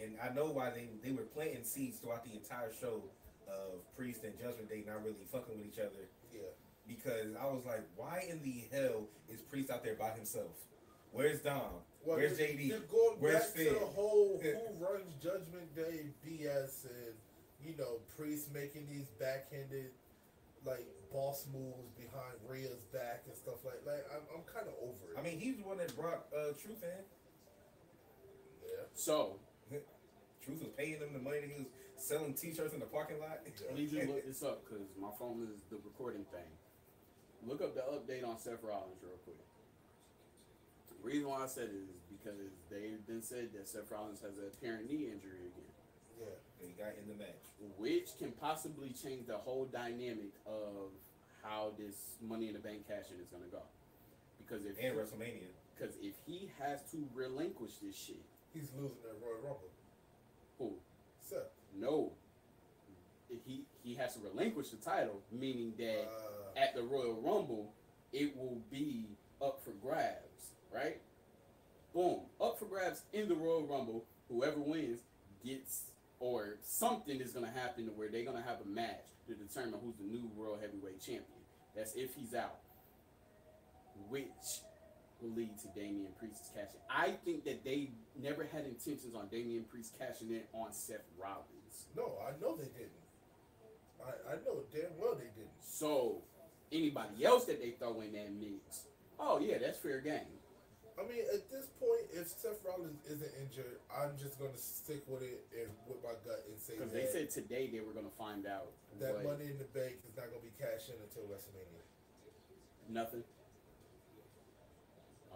Speaker 3: and I know why they they were planting seeds throughout the entire show of Priest and Judgment Day not really fucking with each other
Speaker 2: Yeah,
Speaker 3: because I was like, why in the hell is Priest out there by himself? Where's Dom?
Speaker 2: well,
Speaker 3: Where's
Speaker 2: they're-
Speaker 3: JD?
Speaker 2: They're going
Speaker 3: Where's
Speaker 2: back to
Speaker 3: Finn?
Speaker 2: the whole who runs Judgment Day BS, and you know Priest making these backhanded like boss moves behind Rhea's back and stuff like like I'm I'm kind of over it.
Speaker 3: I mean, he's the one that brought uh, Truth in.
Speaker 2: yeah.
Speaker 1: so
Speaker 3: Truth was paying him the money that he was selling T-shirts in the parking lot.
Speaker 1: I need you to look this up because my phone is the recording thing. Look up the update on Seth Rollins real quick. The reason why I said it is because they've been said that Seth Rollins has an apparent knee injury again,
Speaker 2: Yeah,
Speaker 3: They got in the match.
Speaker 1: which can possibly change the whole dynamic of how this Money in the Bank cashing is going to go. Because if
Speaker 3: And WrestleMania.
Speaker 1: because if he has to relinquish this shit,
Speaker 2: he's losing that Royal Rumble.
Speaker 1: who
Speaker 2: Seth.
Speaker 1: no, he he has to relinquish the title, meaning that.
Speaker 2: Uh,
Speaker 1: at the Royal Rumble, it will be up for grabs, right? Boom, up for grabs in the Royal Rumble. Whoever wins gets, or something is gonna happen to where they're gonna have a match to determine who's the new World Heavyweight Champion. That's if he's out, which will lead to Damian Priest's cashing. I think that they never had intentions on Damian Priest cashing in on Seth Rollins.
Speaker 2: No, I know they didn't. I, I know damn well they didn't.
Speaker 1: So anybody else that they throw in that mix, oh yeah, that's fair game.
Speaker 2: I mean, at this point, if Seth Rollins isn't injured, I'm just going to stick with it and with my gut and say
Speaker 1: Because
Speaker 2: that,
Speaker 1: they said today they were gonna find out
Speaker 2: that
Speaker 1: what-
Speaker 2: money in the bank is not going to be cashed in until WrestleMania.
Speaker 1: Nothing.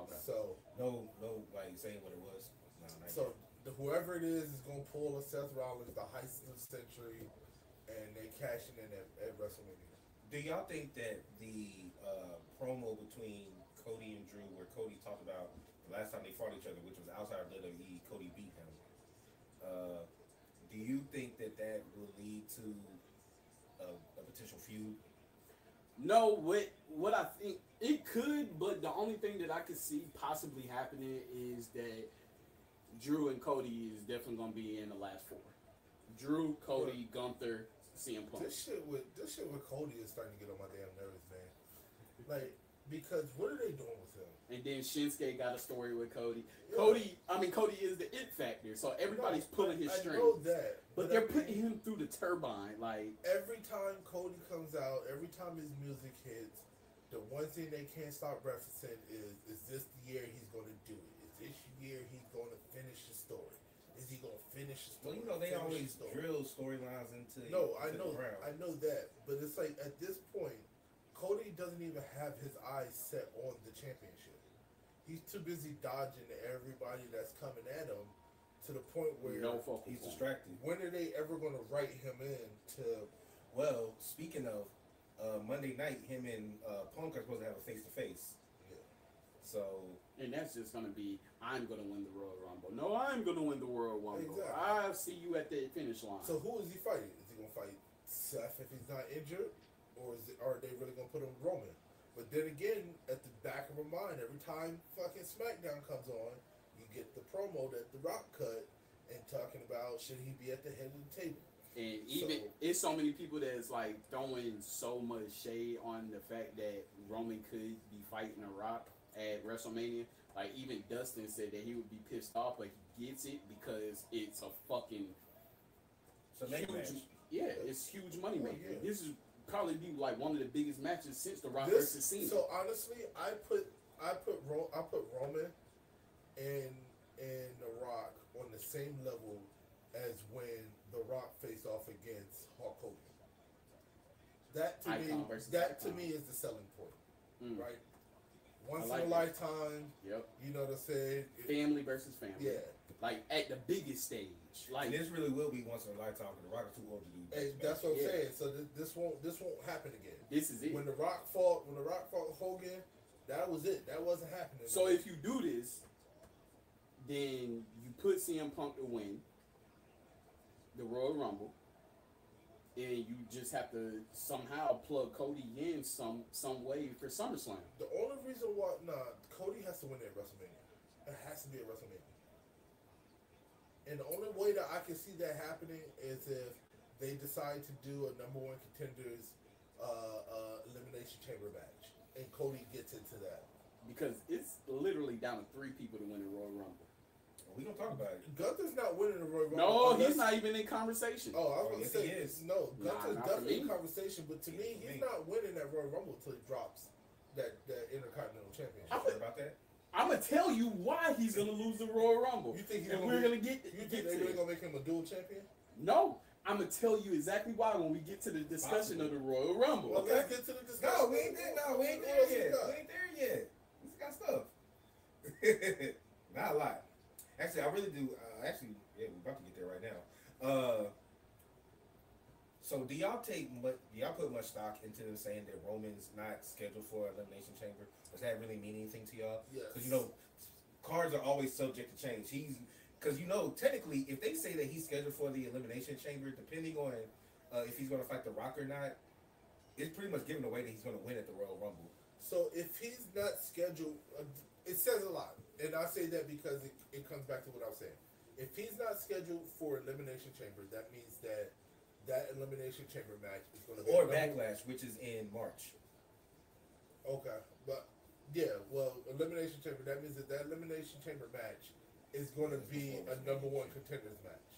Speaker 1: Okay.
Speaker 2: So,
Speaker 3: No, no, like saying what it was. No, not
Speaker 2: so the, whoever it is is gonna pull a Seth Rollins, the heist of the century, and they cashing in at, at WrestleMania.
Speaker 3: Do y'all think that the uh, promo between Cody and Drew, where Cody talked about the last time they fought each other, which was outside of WWE, Cody beat him. Uh, do you think that that will lead to a, a potential feud?
Speaker 1: No, what what I think it could, but the only thing that I could see possibly happening is that Drew and Cody is definitely gonna be in the last four. Drew, Cody, Gunther, CM Punk.
Speaker 2: This shit with this shit with Cody is starting to get on my damn nerves, man. Like, because what are they doing with him?
Speaker 1: And then Shinsuke got a story with Cody.
Speaker 2: Yeah.
Speaker 1: Cody, I mean Cody is the it factor, so everybody's
Speaker 2: No,
Speaker 1: pulling his
Speaker 2: I
Speaker 1: strings.
Speaker 2: know that,
Speaker 1: But
Speaker 2: I
Speaker 1: they're
Speaker 2: mean,
Speaker 1: putting him through the turbine, like
Speaker 2: every time Cody comes out, every time his music hits, the one thing they can't stop referencing is is this the year he's gonna do it? Is this year he's gonna finish the story? Is he gonna finish the story?
Speaker 3: Well, you know they
Speaker 2: Finish the
Speaker 3: always
Speaker 2: story.
Speaker 3: drill storylines into
Speaker 2: No, I
Speaker 3: into
Speaker 2: know,
Speaker 3: the ground.
Speaker 2: I know that, but it's like at this point, Cody doesn't even have his eyes set on the championship. He's too busy dodging everybody that's coming at him to the point where
Speaker 1: no focus.
Speaker 3: He's
Speaker 1: on him.
Speaker 3: distracted.
Speaker 2: when are they ever going to write him in to?
Speaker 3: Well, speaking of uh, Monday night, him and uh, Punk are supposed to have a face to face.
Speaker 2: Yeah.
Speaker 3: So
Speaker 1: And that's just gonna be, I'm gonna win the Royal Rumble. No, I'm gonna win the Royal Rumble.
Speaker 2: Exactly.
Speaker 1: I see you at the finish line.
Speaker 2: So who is he fighting? Is he going to fight Seth if he's not injured, or is it, are they really going to put him with Roman? But then again, at the back of my mind, every time fucking SmackDown comes on, you get the promo that The Rock cut and talking about should he be at the head of the table.
Speaker 1: and even
Speaker 2: so-
Speaker 1: it's so many people that's like throwing so much shade on the fact that Roman could be fighting a rock at WrestleMania. Like even Dustin said that he would be pissed off, but he gets it because it's a fucking
Speaker 3: So make
Speaker 1: huge,
Speaker 3: match.
Speaker 1: yeah, it's huge money maker.
Speaker 2: Oh, yeah.
Speaker 1: This is probably be like one of the biggest matches since the Rock
Speaker 2: This-
Speaker 1: versus Cena.
Speaker 2: so honestly, I put I put Ro- I put Roman and and The Rock on the same level as when The Rock faced off against Hulk Hogan. That to
Speaker 1: Icon
Speaker 2: me,
Speaker 1: versus
Speaker 2: that to
Speaker 1: icon.
Speaker 2: me is the selling point,
Speaker 1: Mm.
Speaker 2: right? Once
Speaker 1: like
Speaker 2: in a
Speaker 1: it.
Speaker 2: lifetime,
Speaker 1: Yep,
Speaker 2: you know what I'm saying? It-
Speaker 1: family versus family.
Speaker 2: yeah,
Speaker 1: like at the biggest stage. Like
Speaker 3: And this really will be once in a lifetime because the Rock is too old to do.
Speaker 2: and
Speaker 3: this
Speaker 2: that's
Speaker 3: match.
Speaker 2: what I'm
Speaker 1: Yeah.
Speaker 2: saying. So th- this won't this won't happen again.
Speaker 1: this is it.
Speaker 2: When The Rock fought when The Rock fought Hogan, that was it. That wasn't happening.
Speaker 1: So if you do this, then you put CM Punk to win the Royal Rumble, and you just have to somehow plug Cody in some some way for SummerSlam.
Speaker 2: The only reason why, nah, Cody has to win at WrestleMania. It has to be at WrestleMania. And the only way that I can see that happening is if they decide to do a number one contenders uh, uh, elimination chamber match, and Cody gets into that.
Speaker 1: Because it's literally down to three people to win the Royal Rumble.
Speaker 3: we don't talk about it.
Speaker 2: Gunther's not winning the Royal Rumble.
Speaker 1: No, he's
Speaker 2: unless-
Speaker 1: not even in conversation.
Speaker 2: Oh, I was
Speaker 3: Oh,
Speaker 2: gonna
Speaker 3: yes,
Speaker 2: say
Speaker 3: he is.
Speaker 2: no.
Speaker 1: Nah,
Speaker 2: Gunther's
Speaker 1: not for
Speaker 2: definitely
Speaker 1: me.
Speaker 2: in conversation, but to
Speaker 3: Yeah,
Speaker 2: me,
Speaker 3: for
Speaker 2: he's
Speaker 3: me.
Speaker 2: not winning that Royal Rumble until he drops that that Intercontinental
Speaker 3: You
Speaker 2: Championship.
Speaker 3: sure about that?
Speaker 1: I'm gonna tell you why he's gonna lose the Royal Rumble.
Speaker 2: You think he's
Speaker 1: and
Speaker 2: gonna
Speaker 1: we're
Speaker 2: be-
Speaker 1: gonna get,
Speaker 2: You
Speaker 1: get
Speaker 2: think
Speaker 1: to
Speaker 2: they're really
Speaker 1: it.
Speaker 2: gonna make him a dual champion?
Speaker 1: No, I'm gonna tell you exactly why when we get to the discussion
Speaker 3: Possible.
Speaker 1: of the Royal Rumble.
Speaker 2: Well,
Speaker 3: Okay.
Speaker 2: let's get to the discussion.
Speaker 3: No, we ain't there. No, we ain't
Speaker 2: What
Speaker 3: there
Speaker 2: else
Speaker 3: yet.
Speaker 2: we got?
Speaker 3: We ain't there yet. We got stuff. Not a lot. Actually, I really do. Uh, actually, yeah, we're about to get there right now. Uh, so, do y'all take much? Do y'all put much stock into them saying that Roman's not scheduled for elimination chamber? Does that really mean anything to y'all?
Speaker 2: Yes.
Speaker 3: Because you know, cards are always subject to change. He's because you know, technically, if they say that he's scheduled for the elimination chamber, depending on uh, if he's going to fight The Rock or not, it's pretty much given away that he's going to win at the Royal Rumble.
Speaker 2: So if he's not scheduled, uh, it says a lot, and I say that because it, it comes back to what I'm saying. If he's not scheduled for elimination chamber, that means that that elimination chamber match is going to be a
Speaker 3: Or
Speaker 2: number-
Speaker 3: Backlash, which is in March.
Speaker 2: Okay, but yeah, well, elimination chamber. That means that that elimination chamber match is going to be a number one contenders match,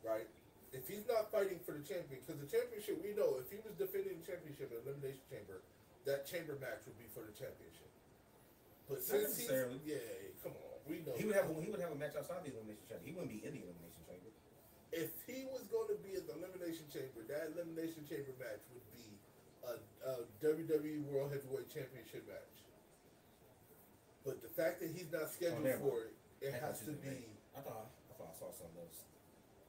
Speaker 2: right? If he's not fighting for the champion, because the championship, we know if he was defending the championship at elimination chamber, that chamber match would be for the championship. But since he's,
Speaker 3: necessarily.
Speaker 2: yeah, come on, we know
Speaker 3: He would have he would have a match outside the elimination chamber. He wouldn't be in the elimination chamber.
Speaker 2: if he was going to be in the elimination chamber, that elimination chamber match would be a, a WWE World Heavyweight Championship match. But the fact that he's not scheduled
Speaker 3: never.
Speaker 2: for it, it
Speaker 3: Backlash
Speaker 2: has
Speaker 3: is
Speaker 2: to
Speaker 3: in May.
Speaker 2: be.
Speaker 3: I thought I thought I saw something else.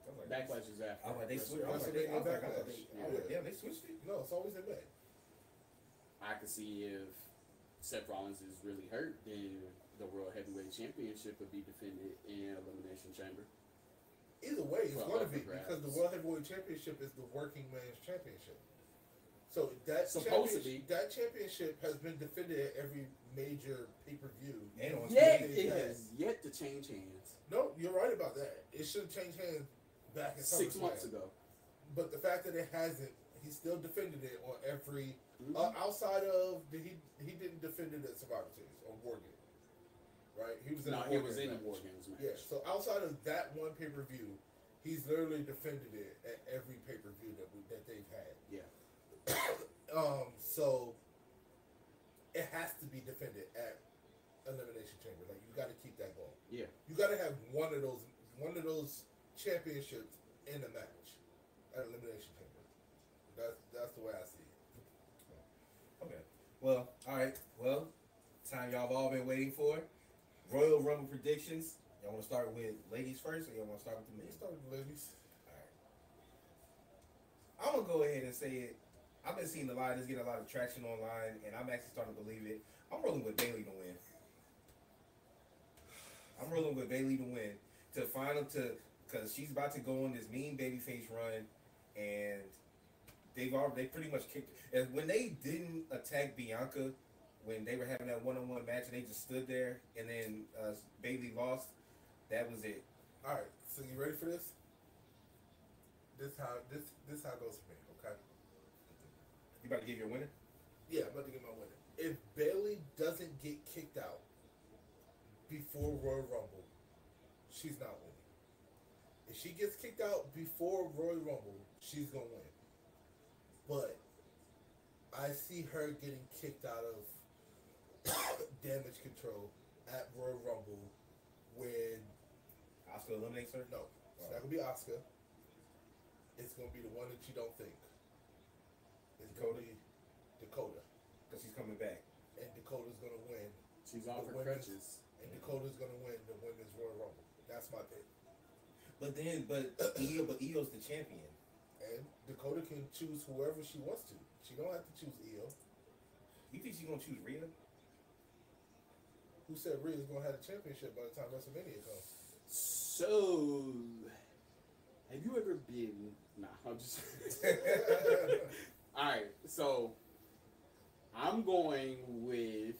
Speaker 3: I was like,
Speaker 1: Backlash is after.
Speaker 3: I was like, they switched. I was
Speaker 2: WrestleMania
Speaker 3: like, they- I was like, I
Speaker 2: Backlash.
Speaker 3: was like, I was like, damn, they switched it.
Speaker 2: No, it's always in May.
Speaker 1: I could see if Seth Rollins is really hurt, then the World Heavyweight Championship would be defended in Elimination Chamber.
Speaker 2: Either way, it's
Speaker 1: Well,
Speaker 2: going to
Speaker 1: up
Speaker 2: be
Speaker 1: for grabs.
Speaker 2: because the World Heavyweight Championship is the working man's championship. So that
Speaker 1: Supposed to
Speaker 2: championship- that championship has been defended at every major pay per view.
Speaker 3: And on
Speaker 1: Yet
Speaker 3: TV.
Speaker 1: it has yet to change hands.
Speaker 2: No, you're right about that. It should change hands back in
Speaker 1: Six
Speaker 2: SummerSlam.
Speaker 1: months ago.
Speaker 2: But the fact that it hasn't, he still defended it on every
Speaker 1: Mhm.
Speaker 2: uh, outside of did he he didn't defend it at Survivor Series on War Games, right? He was in
Speaker 1: no,
Speaker 2: a
Speaker 1: it was
Speaker 2: Games
Speaker 1: in the
Speaker 2: match.
Speaker 1: War Games match.
Speaker 2: Yeah. So outside of that one pay per view, he's literally defended it at every pay per view that we, that they've had.
Speaker 1: Yeah.
Speaker 2: Um. So it has to be defended at Elimination Chamber. Like you got to keep that going.
Speaker 1: Yeah.
Speaker 2: You got to have one of those one of those championships in the match at Elimination Chamber. That's that's the way I see it.
Speaker 3: Okay. Well, all right. Well, time y'all have all been waiting for. Royal Rumble predictions. Y'all want to start with ladies first, or y'all want to start with the men?
Speaker 2: Let's start with the ladies.
Speaker 3: I'm gonna go ahead and say it. I've been seeing a lot of this getting a lot of traction online, and I'm actually starting to believe it. I'm rolling with Bailey to win. I'm rolling with Bailey to win to final to because she's about to go on this mean babyface run, and they've already they pretty much kicked. And when they didn't attack Bianca, when they were having that one on one match, and they just stood there, and then uh, Bailey lost. That was it.
Speaker 2: All right. So you ready for this? This how this this how it goes for me. Okay.
Speaker 3: You about to give your winner?
Speaker 2: Yeah, I'm about to get my winner. If Bailey doesn't get kicked out before Royal Rumble, she's not winning. If she gets kicked out before Royal Rumble, she's gonna win. But I see her getting kicked out of damage control at Royal Rumble when
Speaker 3: Oscar eliminates her.
Speaker 2: no, it's not gonna be Oscar. It's gonna be the one that you don't think. It's gonna be Dakota.
Speaker 3: because she's coming back.
Speaker 2: and Dakota's gonna win,
Speaker 1: She's off
Speaker 2: The
Speaker 1: her
Speaker 2: women's-
Speaker 1: crutches.
Speaker 2: and Dakota's gonna win the women's Royal Rumble. That's my pick.
Speaker 3: But then, but Io, but Io's the champion.
Speaker 2: And Dakota can choose whoever she wants to. She don't have to choose E Io.
Speaker 3: You think she's gonna choose Rhea?
Speaker 2: Who said Rhea's gonna have the championship by the time WrestleMania comes?
Speaker 1: So, have you ever been? Nah, I'm just. All right, so I'm going with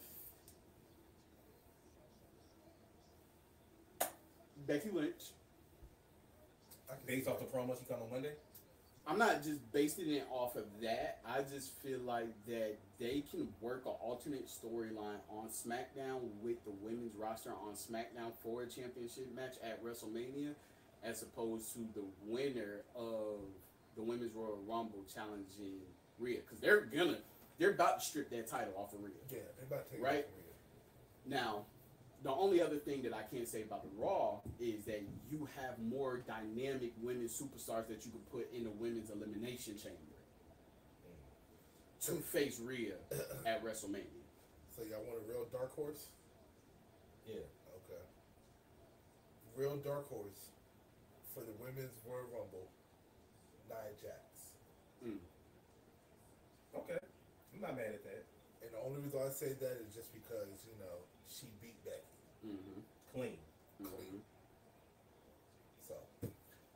Speaker 1: Becky Lynch.
Speaker 2: I can
Speaker 3: Based
Speaker 2: see
Speaker 3: off the
Speaker 2: that.
Speaker 3: promo she cut on Monday.
Speaker 1: I'm not just basing it off of that. I just feel like that they can work an alternate storyline on SmackDown with the women's roster on SmackDown for a championship match at WrestleMania, as opposed to the winner of the Women's Royal Rumble challenging Rhea, because they're gonna they're about to strip that title off of Rhea.
Speaker 2: yeah, they about to take
Speaker 1: Right.
Speaker 2: it from Rhea.
Speaker 1: Now, the only other thing that I can say about the Raw is that you have more dynamic women superstars that you can put in the women's elimination chamber to face Rhea at WrestleMania.
Speaker 2: So y'all want a real dark horse?
Speaker 3: Yeah.
Speaker 2: Okay. Real dark horse for the women's Royal Rumble. Nia Jax.
Speaker 1: Mm.
Speaker 3: Okay. I'm not mad at that.
Speaker 2: And the only reason I say that is just because you know she beat Becky.
Speaker 1: hmm
Speaker 3: Clean.
Speaker 1: hmm
Speaker 2: So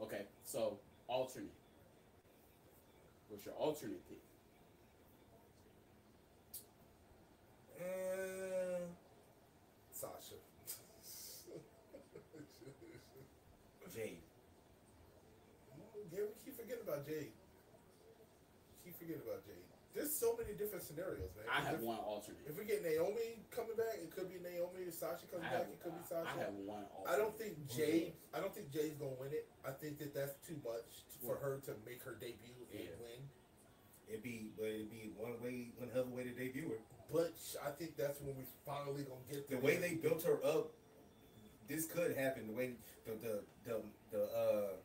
Speaker 1: Okay, so alternate. What's your alternate pick?
Speaker 3: Uh,
Speaker 2: Sasha.
Speaker 3: Jade.
Speaker 2: yeah, we keep forgetting about Jade. Keep forgetting about Jade. There's so many different scenarios, man.
Speaker 1: I have
Speaker 2: if,
Speaker 1: one alternate.
Speaker 2: if we get Naomi coming back, it could be Naomi. If Sasha comes
Speaker 1: I have,
Speaker 2: back, it could be
Speaker 1: I I have
Speaker 2: Sasha.
Speaker 1: one Oh, alternate.
Speaker 2: I don't think Jade. I don't think Jade's gonna win it. I think that that's too much for
Speaker 1: Yeah.
Speaker 2: her to make her debut and
Speaker 1: Yeah.
Speaker 2: win.
Speaker 3: It'd be, but it'd be one way, one other way to debut her.
Speaker 2: But sh- I think that's when we finally gonna get
Speaker 3: The way they built her up, this could happen. The way the the the the uh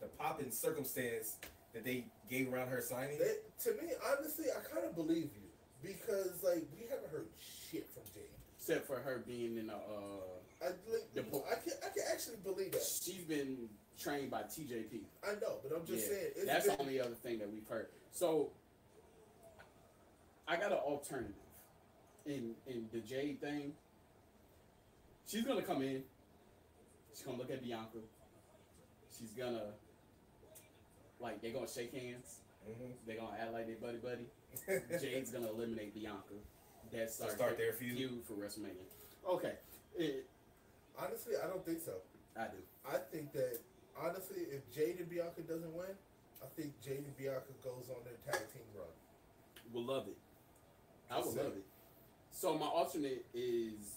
Speaker 3: the popping circumstance that they gave around her signing.
Speaker 2: That, to me, honestly, I kind of believe you because like we haven't heard shit from Jade.
Speaker 1: Except for her being in a, uh,
Speaker 2: I like,
Speaker 1: The po-
Speaker 2: I can I can actually believe that.
Speaker 1: she's been trained by TJP.
Speaker 2: I know, but I'm just
Speaker 1: Yeah,
Speaker 2: saying. It's
Speaker 1: That's
Speaker 2: been,
Speaker 1: the only other thing that we've heard. So I got an alternative in in the Jade thing. She's gonna come in. She's gonna look at Bianca. She's gonna like they're gonna shake hands.
Speaker 3: Mm-hmm.
Speaker 1: They're gonna act like they buddy buddy. Jade's gonna eliminate Bianca. That's
Speaker 3: So
Speaker 1: our
Speaker 3: start their feud?
Speaker 1: for WrestleMania. Okay, It-
Speaker 2: honestly, I don't think so.
Speaker 1: I do.
Speaker 2: I think that honestly, if Jade and Bianca doesn't win, I think Jade and Bianca goes on their tag team run.
Speaker 1: Will love it. I will
Speaker 2: That's it.
Speaker 1: love it. So my alternate is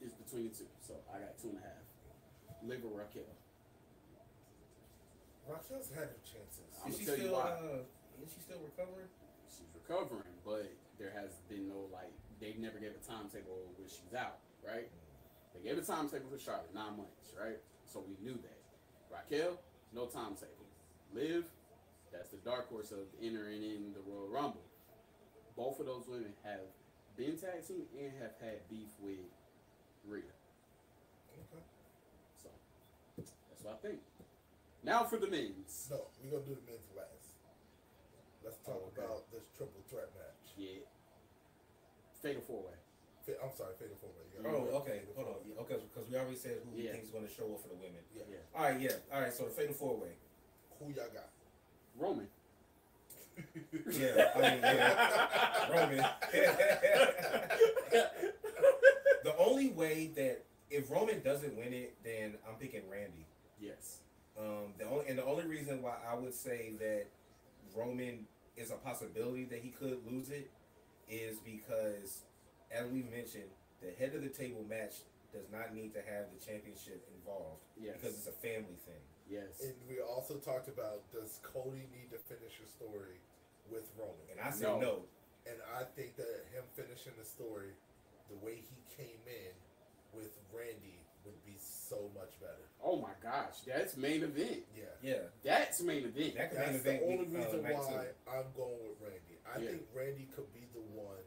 Speaker 1: is between the two. So I got two and a half. Liv or Raquel.
Speaker 2: Raquel's had her chances.
Speaker 1: I'm gonna
Speaker 3: Is she
Speaker 1: tell you
Speaker 3: still?
Speaker 1: why.
Speaker 3: Uh, is she still recovering?
Speaker 1: She's recovering, but there has been no like they never gave a timetable when she's out, right? They gave a timetable for Charlotte, nine months, right? So we knew that. Raquel, no timetable. Liv, that's the dark horse of entering in the Royal Rumble. Both of those women have been tag team and have had beef with Rhea.
Speaker 2: Okay.
Speaker 1: So that's what I think. Now for the men's.
Speaker 2: No, we're gonna do the men's last. Let's talk
Speaker 1: Oh, okay.
Speaker 2: about this triple threat match.
Speaker 1: Yeah. Fatal four way.
Speaker 2: Fa- I'm sorry, fatal four way. Yeah,
Speaker 3: Oh,
Speaker 2: yeah,
Speaker 3: okay.
Speaker 2: Fatal
Speaker 3: Hold on.
Speaker 2: Four Way.
Speaker 3: Yeah, okay, because we already said who we
Speaker 1: Yeah.
Speaker 3: think is going to show up for the women.
Speaker 2: Yeah.
Speaker 1: Yeah.
Speaker 3: All right, yeah. All right, so the fatal four way.
Speaker 2: Who y'all got?
Speaker 1: Roman.
Speaker 3: Yeah, I mean, yeah. Roman. the only way that if Roman doesn't win it, then I'm picking Randy.
Speaker 1: yes.
Speaker 3: Um, the only and the only reason why I would say that Roman is a possibility that he could lose it is because, as we mentioned, the head of the table match does not need to have the championship involved
Speaker 1: Yes.
Speaker 3: because it's a family thing.
Speaker 1: yes.
Speaker 2: And we also talked about does Cody need to finish her story with Roman?
Speaker 3: And I say
Speaker 1: No.
Speaker 3: no.
Speaker 2: And I think that him finishing the story the way he came in with Randy would be so much better.
Speaker 1: Oh my gosh, that's main event.
Speaker 2: Yeah.
Speaker 3: Yeah,
Speaker 1: That's main event.
Speaker 3: that could main
Speaker 2: That's the
Speaker 3: event
Speaker 2: only
Speaker 3: week, uh,
Speaker 2: reason
Speaker 3: night two.
Speaker 2: why I'm going with Randy. I
Speaker 1: Yeah.
Speaker 2: think Randy could be the one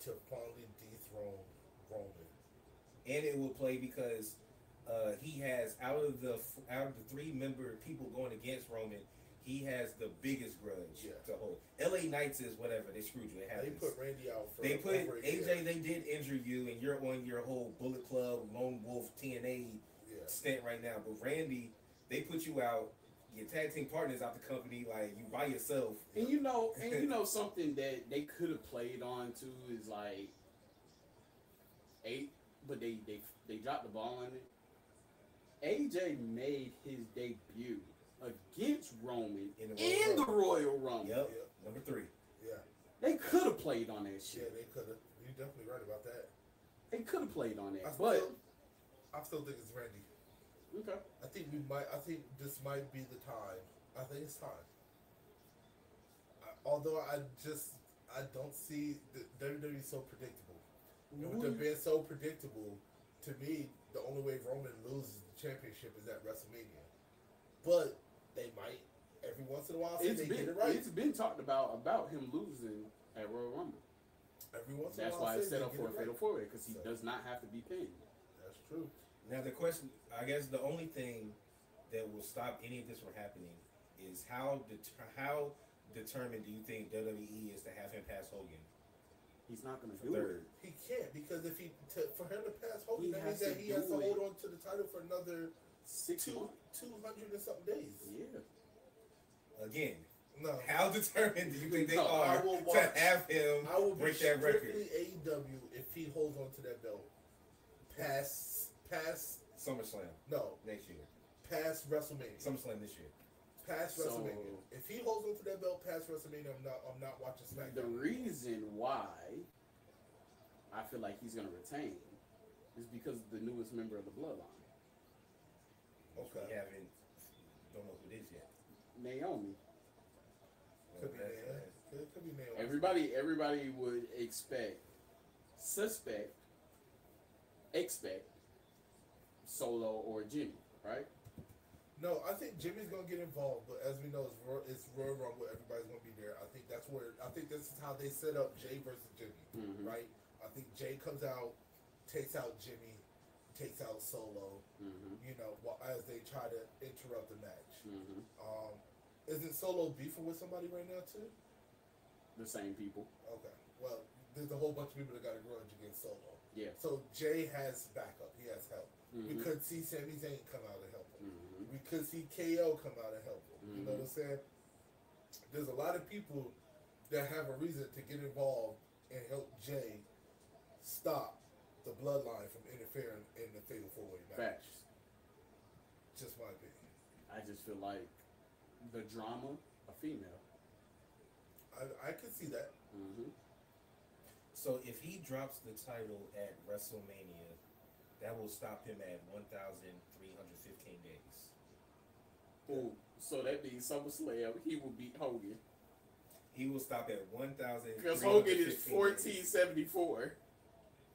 Speaker 2: to finally dethrone Roman.
Speaker 3: and it will play because uh, he has out of the f- out of the three member people going against Roman, he has the biggest grudge
Speaker 2: Yeah.
Speaker 3: to hold. L.A. Knights is whatever they screwed you. It
Speaker 2: They
Speaker 3: happens.
Speaker 2: put Randy out for
Speaker 3: They put
Speaker 2: over a
Speaker 3: AJ.
Speaker 2: year.
Speaker 3: They did injure you, and you're on your whole Bullet Club, Lone Wolf, TNA
Speaker 2: Yeah.
Speaker 3: stint right now. But Randy, they put you out. Your tag team partners out the company, like you by yourself.
Speaker 1: And you know, and you know something that they could have played on too is like eight, but they they they dropped the ball on it. AJ made his debut against Roman
Speaker 3: In the Royal
Speaker 1: in the
Speaker 3: Rumble.
Speaker 1: Royal Rumble.
Speaker 3: Yep,
Speaker 2: Yep.
Speaker 3: number three.
Speaker 2: Yeah.
Speaker 1: They could have played on that
Speaker 2: Yeah,
Speaker 1: shit.
Speaker 2: they could have. You're definitely right about that.
Speaker 1: They could have played on
Speaker 2: I
Speaker 1: that, but
Speaker 2: still, I still think it's Randy.
Speaker 1: okay.
Speaker 2: I think we might. I think this might be the time. I think it's time. I, although I just I don't see the WWE is so predictable. And with them being so predictable, to me, the only way Roman loses the championship is at WrestleMania. But they might every once in a while. See
Speaker 1: It's
Speaker 2: they
Speaker 1: been
Speaker 2: get it right.
Speaker 1: it's been talked about about him losing at Royal Rumble.
Speaker 2: Every once in a
Speaker 1: That's
Speaker 2: while.
Speaker 1: why
Speaker 2: see
Speaker 1: it's set
Speaker 2: they
Speaker 1: up
Speaker 2: get
Speaker 1: for
Speaker 2: it
Speaker 1: a
Speaker 2: right.
Speaker 1: fatal four way because he
Speaker 2: So-
Speaker 1: does not have to be pinned.
Speaker 2: That's true.
Speaker 3: Now the question, I guess, the only thing that will stop any of this from happening is how deter- how determined do you think WWE is to have him pass Hogan?
Speaker 1: He's not going to
Speaker 3: For
Speaker 1: do
Speaker 3: third.
Speaker 1: it.
Speaker 2: He can't because if he to, for him to pass Hogan,
Speaker 1: He
Speaker 2: that
Speaker 1: has
Speaker 2: means
Speaker 1: to
Speaker 2: that he has
Speaker 1: do
Speaker 2: to
Speaker 1: it.
Speaker 2: hold on to the title for another
Speaker 1: Six
Speaker 2: two
Speaker 1: months.
Speaker 2: two hundred and something days.
Speaker 1: Yeah.
Speaker 3: Again,
Speaker 2: No,
Speaker 3: how determined do you think they
Speaker 1: No,
Speaker 2: I
Speaker 3: are
Speaker 2: will
Speaker 3: to
Speaker 2: watch.
Speaker 3: have him
Speaker 2: I will
Speaker 3: break
Speaker 2: be
Speaker 3: that record?
Speaker 2: strictly AEW if he holds on to that belt. Pass, pass,
Speaker 3: SummerSlam
Speaker 2: no,
Speaker 3: next year.
Speaker 2: pass WrestleMania,
Speaker 3: SummerSlam this year.
Speaker 2: pass
Speaker 1: So-
Speaker 2: WrestleMania. If he holds on to that belt, pass WrestleMania. I'm not, I'm not watching
Speaker 1: The
Speaker 2: SmackDown.
Speaker 1: reason why I feel like he's going to retain is because the newest member of the bloodline,
Speaker 3: Okay.
Speaker 2: Okay.
Speaker 3: We haven't don't know who it is yet.
Speaker 1: Naomi.
Speaker 2: Could be
Speaker 3: That's-
Speaker 2: Naomi. Could, could be Naomi.
Speaker 1: Everybody, everybody would expect, suspect, expect Solo or Jimmy, right?
Speaker 2: No, I think Jimmy's gonna get involved, but as we know, it's Royal, it's Royal Rumble. Everybody's gonna be there. I think that's where. I think this is how they set up Jay versus Jimmy,
Speaker 3: Mm-hmm.
Speaker 1: Mhm.
Speaker 2: right? I think Jay comes out, takes out Jimmy, takes out Solo.
Speaker 1: Mm-hmm.
Speaker 2: You know, while, as they try to interrupt the match.
Speaker 1: Mm-hmm.
Speaker 2: Um, isn't Solo beefing with somebody right now too?
Speaker 1: The same people.
Speaker 2: Okay. Well, there's a whole bunch of people that got a grudge against Solo.
Speaker 1: Yeah.
Speaker 2: So Jay has backup. He has help.
Speaker 1: Mm-hmm.
Speaker 2: We could see Sami Zayn come out and help him.
Speaker 1: mm-hmm.
Speaker 2: We could see KO come out and help him. You know what I'm saying? There's a lot of people that have a reason to get involved and help Jay stop the bloodline from interfering in the fatal four way match.
Speaker 1: Facts.
Speaker 2: Just my opinion.
Speaker 1: I just feel like the drama, a female.
Speaker 2: I, I could see that.
Speaker 1: Mm-hmm.
Speaker 3: So if he drops the title at WrestleMania, that will stop him at 1,315 days.
Speaker 1: Oh, so that means SummerSlam, he will beat Hogan.
Speaker 3: He will stop at 1,000.
Speaker 1: Because Hogan is 1474.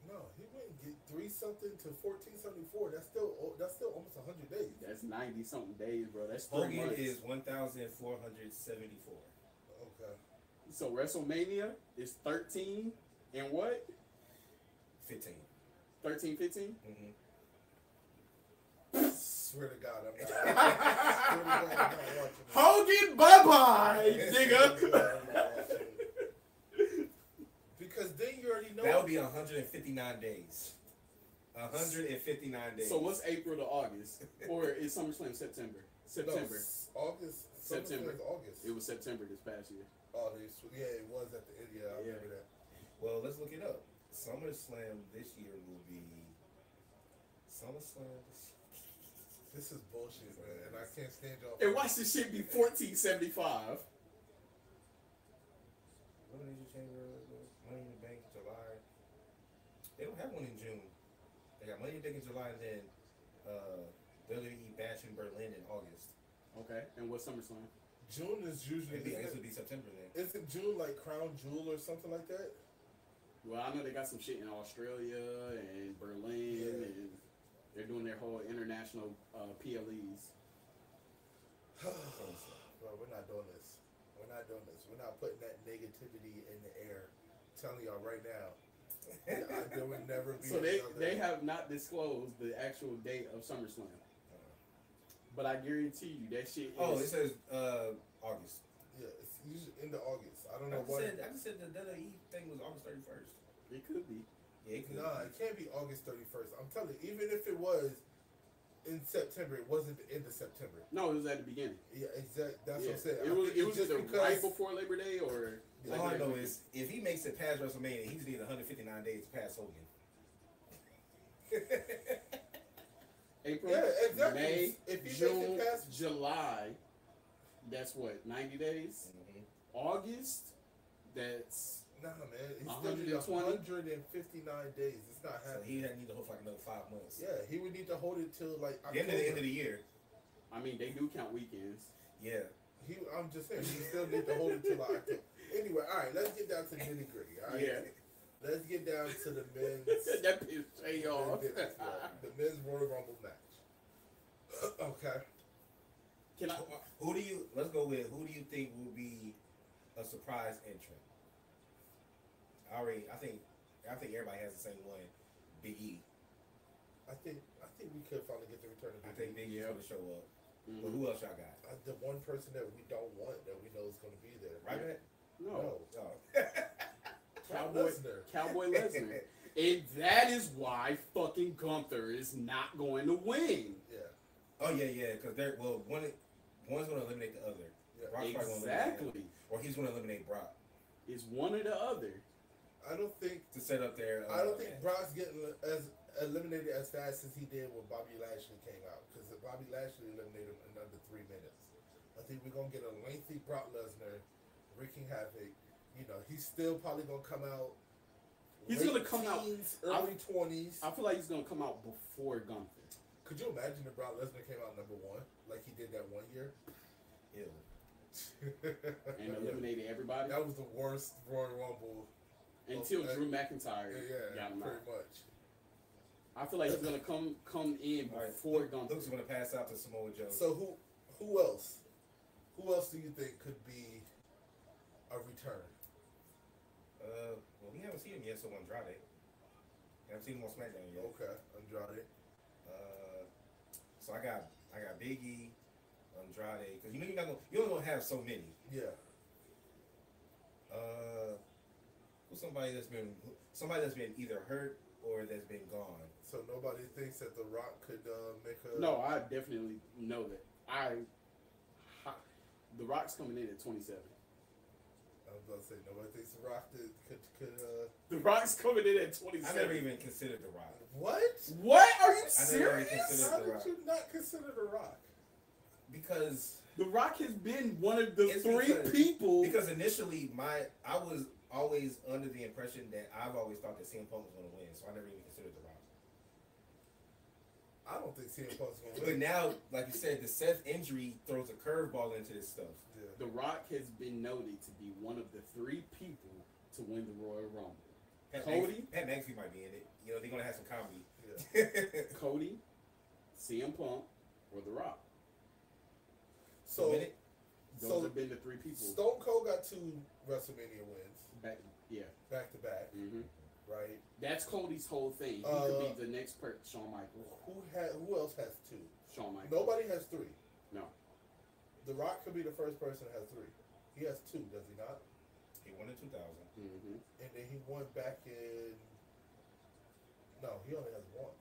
Speaker 2: No, he wouldn't get three something to fourteen seventy four. That's still o- that's still almost hundred days.
Speaker 1: That's 90 something days, bro. That's three
Speaker 3: Hogan
Speaker 1: months.
Speaker 3: is 1,474.
Speaker 2: Okay.
Speaker 1: So WrestleMania is 13 and what?
Speaker 3: 15.
Speaker 1: 13, 15?
Speaker 3: Mhm.
Speaker 2: Swear to God, I'm not, swear to God, I'm not watching this.
Speaker 1: Hogan, bye bye,
Speaker 2: Because then you already know.
Speaker 3: That would be 159 days. 159 days.
Speaker 1: so what's April to August? Or is SummerSlam September?
Speaker 2: No,
Speaker 1: September.
Speaker 2: s- August.
Speaker 1: September.
Speaker 2: September. August.
Speaker 1: It was September this past year.
Speaker 2: oh, they, sw- yeah, it was at the end. Yeah, I
Speaker 1: Yeah.
Speaker 2: remember that.
Speaker 3: Well, let's look it up. SummerSlam this year will be. SummerSlam this
Speaker 2: This is bullshit, man, and I can't stand y'all.
Speaker 1: And watch this shit be 1475.
Speaker 3: Elimination Chamber, Money in the Bank, July. They don't have one in June. They got Money in the Bank in July and then uh, WWE Bash in Berlin in August.
Speaker 1: Okay. And what's SummerSlam?
Speaker 2: June is usually.
Speaker 3: It'd be, I guess
Speaker 2: Isn't,
Speaker 3: it would be September then.
Speaker 2: isn't June like Crown Jewel or something like that?
Speaker 1: Well, I know they got some shit in Australia and Berlin,
Speaker 2: Yeah.
Speaker 1: and they're doing their whole international uh, PLEs.
Speaker 2: Bro, we're not doing this. We're not doing this. We're not putting that negativity in the air. telling y'all right now, I, there would never be.
Speaker 1: So they,
Speaker 2: another-
Speaker 1: they have not disclosed the actual date of SummerSlam. But I guarantee you that shit is.
Speaker 3: Oh, it says uh, August.
Speaker 2: Yeah, it's usually end of August. I
Speaker 3: I
Speaker 2: don't know
Speaker 3: just,
Speaker 2: why.
Speaker 3: said, I just said the WWE thing was August 31st.
Speaker 1: it could be.
Speaker 3: Yeah, it could
Speaker 2: Nah, it can't be August 31st. I'm telling you, even if it was in September, it wasn't the end of September.
Speaker 1: No, it was at the beginning.
Speaker 2: Yeah, exact. That's
Speaker 1: Yeah.
Speaker 2: what I'm saying. I
Speaker 1: It was,
Speaker 2: think
Speaker 1: it
Speaker 2: it's
Speaker 1: was
Speaker 2: just
Speaker 1: either
Speaker 2: because
Speaker 1: right before Labor Day or.
Speaker 3: All I
Speaker 1: Labor Day
Speaker 3: know
Speaker 1: weekend.
Speaker 3: is if he makes it past WrestleMania, he just needs 159 days to pass Hogan.
Speaker 1: April,
Speaker 2: Yeah, exactly.
Speaker 1: May,
Speaker 2: If he
Speaker 1: June,
Speaker 2: makes it past-
Speaker 1: July. That's what ninety days. August. That's
Speaker 2: Nah, man, he's still need
Speaker 1: 120?
Speaker 2: 159 days. It's not
Speaker 3: So
Speaker 2: happening.
Speaker 3: he had need to hold for like another five months.
Speaker 2: yeah, he would need to hold it till like
Speaker 3: The end of the end of
Speaker 2: October.
Speaker 3: the year.
Speaker 1: I mean they do count weekends.
Speaker 3: Yeah.
Speaker 2: He, I'm just saying, he still need to hold it till like October. Anyway, all right, let's get down to the nitty gritty. All right,
Speaker 1: Yeah.
Speaker 2: let's get down to the men's
Speaker 1: that piss pay off.
Speaker 2: The men's- the men's Royal Rumble match. okay.
Speaker 1: Can I?
Speaker 3: Who do you let's go with who do you think will be a surprise entrant? I already I think I think everybody has the same one. Big E.
Speaker 2: I think I think we could finally get the return of
Speaker 3: I
Speaker 2: Big
Speaker 3: think
Speaker 2: E.
Speaker 3: Big E's gonna show up. But
Speaker 1: Mhm.
Speaker 3: who else y'all got?
Speaker 2: Uh, the one person that we don't want that we know is going to be there.
Speaker 3: Right back?
Speaker 1: No,
Speaker 2: No.
Speaker 3: Oh.
Speaker 1: Cowboy,
Speaker 2: Lesnar.
Speaker 1: Cowboy Lesnar, and that is why fucking Gunther is not going to win.
Speaker 2: Yeah.
Speaker 3: oh yeah, yeah, because they're well one one's gonna eliminate the other.
Speaker 2: Yeah.
Speaker 3: Brock's probably gonna eliminate him.
Speaker 1: Exactly,
Speaker 3: Or he's gonna eliminate Brock
Speaker 1: it's one or the other.
Speaker 2: I don't think
Speaker 3: to set up their uh,
Speaker 2: I don't think Brock's getting li- as eliminated as fast as he did when Bobby Lashley came out because Bobby Lashley eliminated him in under three minutes. I think we're gonna get a lengthy Brock Lesnar, wreaking havoc. You know, he's still probably gonna come out.
Speaker 1: He's
Speaker 2: late
Speaker 1: gonna come out-
Speaker 2: teens,
Speaker 1: I-
Speaker 2: early twenties.
Speaker 1: I feel like he's gonna come out before Gunther.
Speaker 2: Could you imagine if Brock Lesnar came out number one like he did that one year?
Speaker 3: Ew.
Speaker 1: and eliminated everybody
Speaker 2: That was the worst Royal Rumble.
Speaker 1: until
Speaker 2: Okay.
Speaker 1: Drew
Speaker 2: Yeah,
Speaker 1: McIntyre got him
Speaker 2: pretty
Speaker 1: out.
Speaker 2: much.
Speaker 1: I feel like he's gonna come come in
Speaker 3: All right.
Speaker 1: before Gunther.
Speaker 3: Luke's gonna pass out to Samoa Joe.
Speaker 2: So who who else? Who else do you think could be a return?
Speaker 3: uh, well, we haven't seen him yet, so Andrade. I haven't seen him on SmackDown yet.
Speaker 2: Okay, Andrade.
Speaker 3: Uh, so I got I got Biggie, Andrade, because you know you're not gonna you don't gonna have so many.
Speaker 2: Yeah.
Speaker 3: Uh, who's somebody that's been somebody that's been either hurt or that's been gone?
Speaker 2: So nobody thinks that The Rock could uh, make a
Speaker 1: No, I definitely know that. I, I- the Rock's coming in at twenty seven.
Speaker 2: I was about to say nobody thinks The Rock did, could could uh
Speaker 1: The Rock's coming in at twenty
Speaker 3: I never
Speaker 1: seven.
Speaker 3: even considered The Rock.
Speaker 2: what?
Speaker 1: What are you
Speaker 3: I never even
Speaker 1: serious?
Speaker 3: considered-
Speaker 2: How
Speaker 3: The
Speaker 2: did
Speaker 3: Rock.
Speaker 2: you not consider The Rock?
Speaker 3: because
Speaker 1: The Rock has been one of the
Speaker 3: It's
Speaker 1: three
Speaker 3: because-
Speaker 1: people.
Speaker 3: because initially my I was always under the impression that I've always thought that CM Punk was going to win, so I never even considered The Rock.
Speaker 2: I don't think CM Punk's gonna
Speaker 3: But
Speaker 2: win.
Speaker 3: now, like you said, the Seth injury throws a curveball into this stuff.
Speaker 2: Yeah.
Speaker 1: the Rock has been noted to be one of the three people to win the Royal Rumble.
Speaker 3: Pat
Speaker 1: Cody?
Speaker 3: Max- Pat Maxey might be in it. You know they're going to have some comedy.
Speaker 2: yeah.
Speaker 1: Cody, CM Punk, or The Rock.
Speaker 2: So
Speaker 3: Win it?
Speaker 1: Those
Speaker 2: so
Speaker 1: have been the three people.
Speaker 2: Stone Cold got two WrestleMania wins
Speaker 1: back, yeah.
Speaker 2: back to back,
Speaker 1: hmm
Speaker 2: right?
Speaker 1: That's Cody's whole thing. He
Speaker 2: Uh,
Speaker 1: could be the next per Shawn Michaels.
Speaker 2: Who had who else has two?
Speaker 1: Shawn Michaels.
Speaker 2: Nobody has three.
Speaker 1: No.
Speaker 2: The Rock could be the first person that has three. He has two, does he not?
Speaker 3: He won in 2000.
Speaker 1: hmm
Speaker 2: And then he won back in. No, he only has one.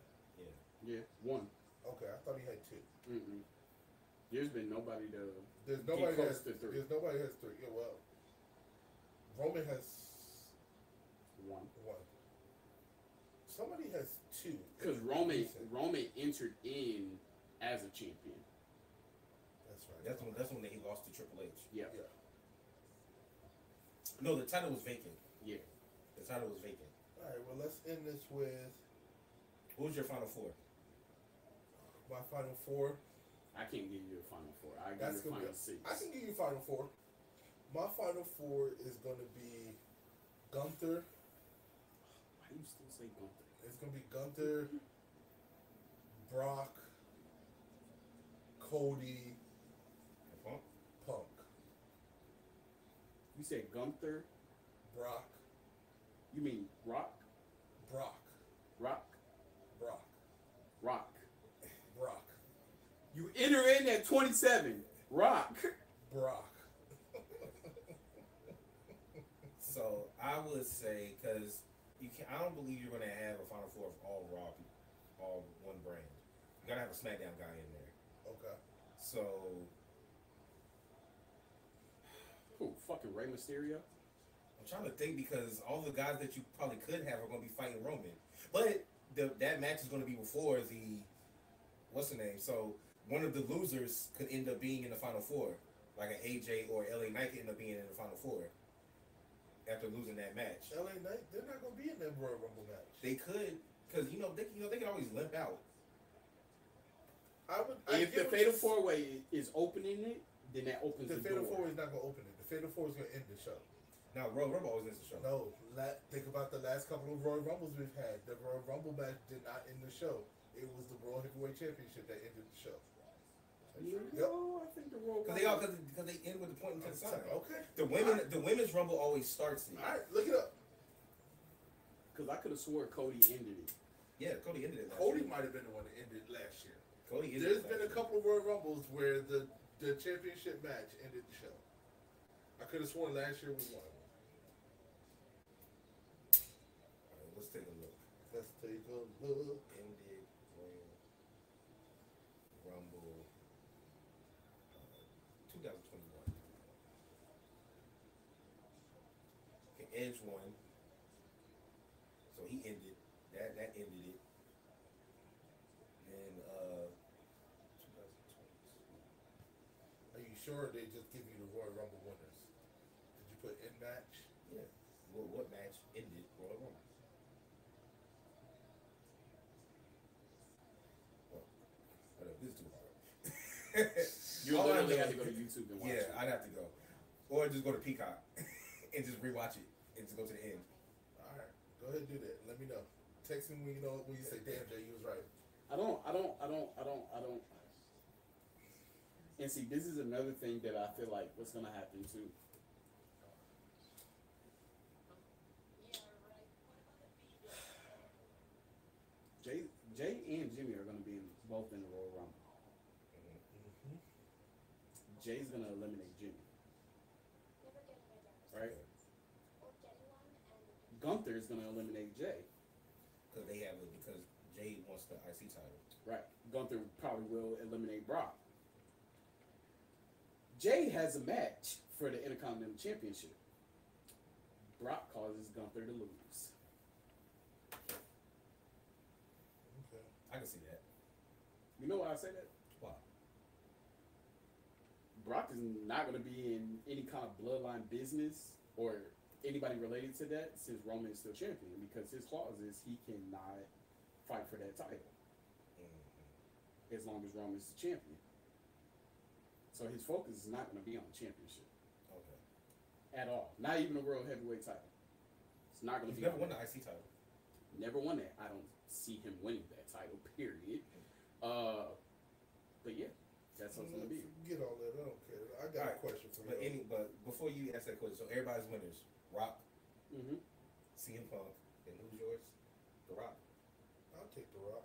Speaker 1: Yeah, one.
Speaker 2: Okay, I thought he had two.
Speaker 1: Mm-mm. There's been nobody to.
Speaker 2: There's nobody
Speaker 1: close
Speaker 2: has
Speaker 1: to three.
Speaker 2: There's nobody has three. Yeah, well, Roman has
Speaker 1: One.
Speaker 2: one. Somebody has two.
Speaker 1: Because Roman
Speaker 2: Decent.
Speaker 1: Roman entered in as a champion.
Speaker 2: That's right.
Speaker 3: That's when that's when he lost to Triple H.
Speaker 1: Yeah.
Speaker 2: yeah.
Speaker 3: No, the title was vacant.
Speaker 1: Yeah.
Speaker 3: The title was vacant.
Speaker 2: All right. Well, let's end this with
Speaker 3: Who was your final four?
Speaker 2: my final four.
Speaker 1: I can't give you a final four. I got
Speaker 2: That's
Speaker 1: your
Speaker 2: gonna
Speaker 1: final
Speaker 2: be.
Speaker 1: six.
Speaker 2: I can give you final four. My final four is going to be Gunther.
Speaker 1: Why do you still say Gunther?
Speaker 2: It's gonna be Gunther, Brock, Cody,
Speaker 3: Punk?
Speaker 2: Punk,
Speaker 1: You said Gunther.
Speaker 2: Brock,
Speaker 1: You mean Rock?
Speaker 2: Brock,
Speaker 1: Rock?
Speaker 2: Brock,
Speaker 1: Rock.
Speaker 2: Brock,
Speaker 1: You enter in at 27. Rock.
Speaker 2: Brock.
Speaker 3: So I would say because you can not I don't believe you're gonna have a final four of all Raw, people, all one brand. You gotta have a SmackDown guy in there.
Speaker 2: Okay.
Speaker 3: So
Speaker 1: Who? Fucking Rey Mysterio?
Speaker 3: I'm trying to think because all the guys that you probably could have are gonna be fighting Roman, but the, that match is gonna be before the what's the name. So one of the losers could end up being in the final four, like an AJ or LA Knight could end up being in the final four after losing that match.
Speaker 2: LA Knight, they're not gonna be in that Royal Rumble match.
Speaker 3: They could because you know they you know they can always limp out.
Speaker 2: I would. I
Speaker 1: If the
Speaker 2: get what
Speaker 1: Fatal
Speaker 2: you-
Speaker 1: Four Way is opening it, then that opens the,
Speaker 2: The Fatal
Speaker 1: door.
Speaker 2: Four is not gonna open it. The Fatal Four is gonna end the show.
Speaker 3: Now Royal Rumble always ends the show.
Speaker 2: No, la- think about the last couple of Royal Rumbles we've had. The Royal Rumble match did not end the show. It was the World Heavyweight Championship that ended the show.
Speaker 1: No, I think the Royal
Speaker 3: Because they all
Speaker 1: Rumble-
Speaker 3: because they end with the point into the sign.
Speaker 2: Okay.
Speaker 3: The women the women's rumble always starts it.
Speaker 2: All right, look it up.
Speaker 1: Cause I could have swore Cody ended it.
Speaker 3: Yeah, Cody ended it. last
Speaker 2: Cody
Speaker 3: year.
Speaker 2: might have been the one that ended last year.
Speaker 3: Cody ended.
Speaker 2: There's
Speaker 3: it
Speaker 2: been a
Speaker 3: last
Speaker 2: couple of Royal Rumbles where the, the championship match ended the show. I could have sworn last year was one. of them.
Speaker 3: year. All right, let's take a look.
Speaker 2: Let's take a look.
Speaker 3: Ended Royal Rumble uh, 2021. Okay, Edge won. So he ended that. That ended it. Then uh, 2022.
Speaker 2: Are you sure they just give you the Royal Rumble winners? Did you put in match?
Speaker 3: Yeah. Well, what match ended Royal Rumble? Well, whatever. This is too hard.
Speaker 1: You
Speaker 3: All I
Speaker 1: literally
Speaker 3: know
Speaker 1: had to
Speaker 3: is-
Speaker 1: go to YouTube and watch
Speaker 3: Yeah,
Speaker 1: it.
Speaker 3: I'd have to go, or just go to Peacock and just rewatch it and just go to the end.
Speaker 2: All right, go ahead and do that. Let me know. Text me when you know when you say, "Damn, Jay, you was right."
Speaker 1: I don't, I don't, I don't, I don't, I don't. And see, this is another thing that I feel like what's gonna happen too. Jay, Jay and Jimmy are gonna be in, both in the Royal Rumble. Mm-hmm.
Speaker 2: Mm-hmm,
Speaker 1: Jay's gonna eliminate Jimmy, right? Gunther is gonna eliminate Jay,
Speaker 3: Because they have it because Jay wants the IC title.
Speaker 1: right? Gunther probably will eliminate Brock. Jay has a match for the Intercontinental Championship. Brock causes Gunther to lose.
Speaker 2: Okay.
Speaker 3: I can see that.
Speaker 1: You know why I say that?
Speaker 3: Why?
Speaker 1: Brock is not going to be in any kind of bloodline business or anybody related to that since Roman is still champion because his clause is he cannot fight for that title Mm-hmm. as long as Roman is the champion. So his focus is not going to be on the championship
Speaker 3: Okay.
Speaker 1: at all. Not even a world heavyweight title. It's not going to
Speaker 3: He's
Speaker 1: be.
Speaker 3: never won the IC title.
Speaker 1: never won that. I don't see him winning that title. Period. Uh, but yeah, that's what it's going to be.
Speaker 2: Get Mm-hmm. all that. I don't care. I got a
Speaker 3: Alright,
Speaker 2: question for
Speaker 3: But
Speaker 2: you.
Speaker 3: any but before you ask that question, so everybody's winners. Rock,
Speaker 1: Mm-hmm.
Speaker 3: CM Punk, and who's yours? The Rock.
Speaker 2: I'll take the rock.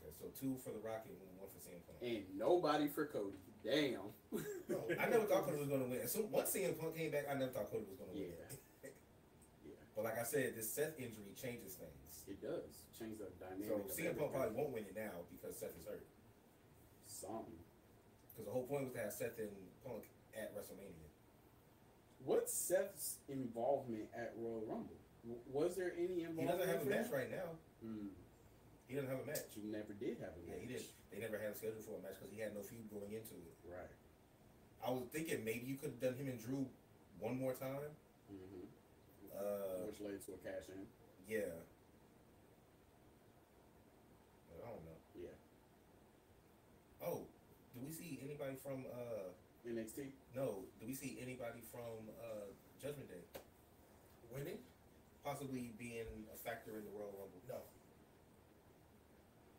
Speaker 3: Okay, so two for the Rock and one for CM Punk.
Speaker 1: And nobody for Cody. Damn.
Speaker 2: No,
Speaker 3: I never thought Cody was gonna win. So once CM Punk came back, I never thought Cody was gonna win.
Speaker 1: Yeah. Yeah,
Speaker 3: But like I said, this Seth injury changes things.
Speaker 1: it does change the dynamic.
Speaker 3: So
Speaker 1: of everything.
Speaker 3: CM Punk probably won't win it now because Seth is hurt.
Speaker 1: Something.
Speaker 3: Because the whole point was to have Seth and Punk at WrestleMania.
Speaker 1: What's Seth's involvement at Royal Rumble? W- was there any involvement?
Speaker 3: He doesn't have a
Speaker 1: for
Speaker 3: match
Speaker 1: that?
Speaker 3: right now.
Speaker 1: Hmm,
Speaker 3: He doesn't have a match.
Speaker 1: but you never did have a
Speaker 3: Yeah,
Speaker 1: match.
Speaker 3: he did. They never had a schedule for a match because he had no feud going into it.
Speaker 1: Right.
Speaker 3: I was thinking maybe you could have done him and Drew one more time.
Speaker 1: hmm
Speaker 3: Uh,
Speaker 1: Which led to a cash in.
Speaker 3: yeah. But I don't know.
Speaker 1: Yeah.
Speaker 3: Oh, do we see anybody from? uh
Speaker 1: NXT.
Speaker 3: No, do we see anybody from uh Judgment Day
Speaker 2: winning?
Speaker 3: possibly being a factor in the Royal Rumble?
Speaker 2: No.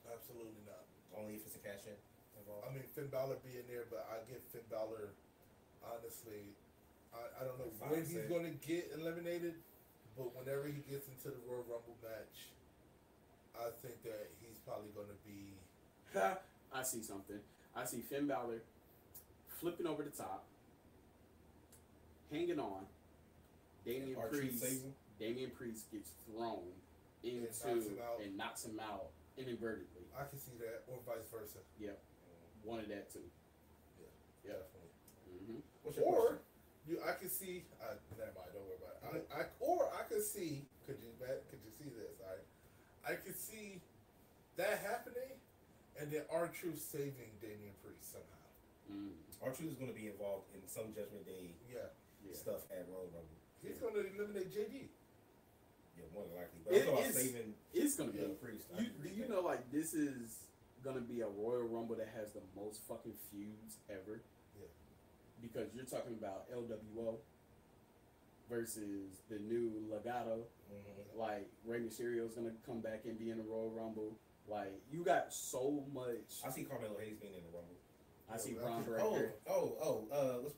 Speaker 2: Absolutely not.
Speaker 3: Only if it's a cash in
Speaker 1: Uh,
Speaker 3: involved.
Speaker 2: I mean, Finn Balor being there, but I give Finn Balor, honestly, I, I don't know
Speaker 3: Like five,
Speaker 2: when he's
Speaker 3: six.
Speaker 2: going to get eliminated, but whenever he gets into the Royal Rumble match, I think that he's probably going to be.
Speaker 1: Ha! I see something. I see Finn Balor flipping over the top, hanging on. Damian
Speaker 3: Our
Speaker 1: Priest.
Speaker 3: truth saving?
Speaker 1: Damian Priest gets thrown into
Speaker 2: And knocks him out.
Speaker 1: and knocks him out inadvertently.
Speaker 2: I can see that, or vice versa.
Speaker 1: Wanted that too. Yeah.
Speaker 2: Definitely.
Speaker 1: Mm-hmm.
Speaker 3: What's your
Speaker 2: Or-
Speaker 3: question?
Speaker 2: You, I can see. Uh, never mind. Don't worry about it. I, I, or I could see. Could you bet? Could you see this? I, I could see that happening, and then our truth saving Damian Priest somehow.
Speaker 1: Mm,
Speaker 3: Our truth is going to be involved in some Judgment Day
Speaker 2: Yeah,
Speaker 1: yeah.
Speaker 3: stuff at Royal Rumble.
Speaker 2: he's going to eliminate JD.
Speaker 3: Yeah, more than likely. But I'm
Speaker 1: It
Speaker 3: talking about
Speaker 1: is-
Speaker 3: saving
Speaker 1: It's gonna be.
Speaker 3: Damian Priest.
Speaker 1: You,
Speaker 3: I
Speaker 1: do
Speaker 3: agree with
Speaker 1: you
Speaker 3: that.
Speaker 1: know like this is gonna be a Royal Rumble that has the most fucking feuds ever?
Speaker 2: Yeah.
Speaker 1: Because you're talking about LWO versus the new Legato.
Speaker 3: Mhm.
Speaker 1: Like Rey Mysterio's gonna come back and be in the Royal Rumble. Like you got so much.
Speaker 3: I see Carmelo Hayes being in the Rumble.
Speaker 1: I see
Speaker 2: Yeah, I
Speaker 1: Ron
Speaker 2: think-
Speaker 1: Breaker.
Speaker 3: Oh, oh, oh. Uh, let's,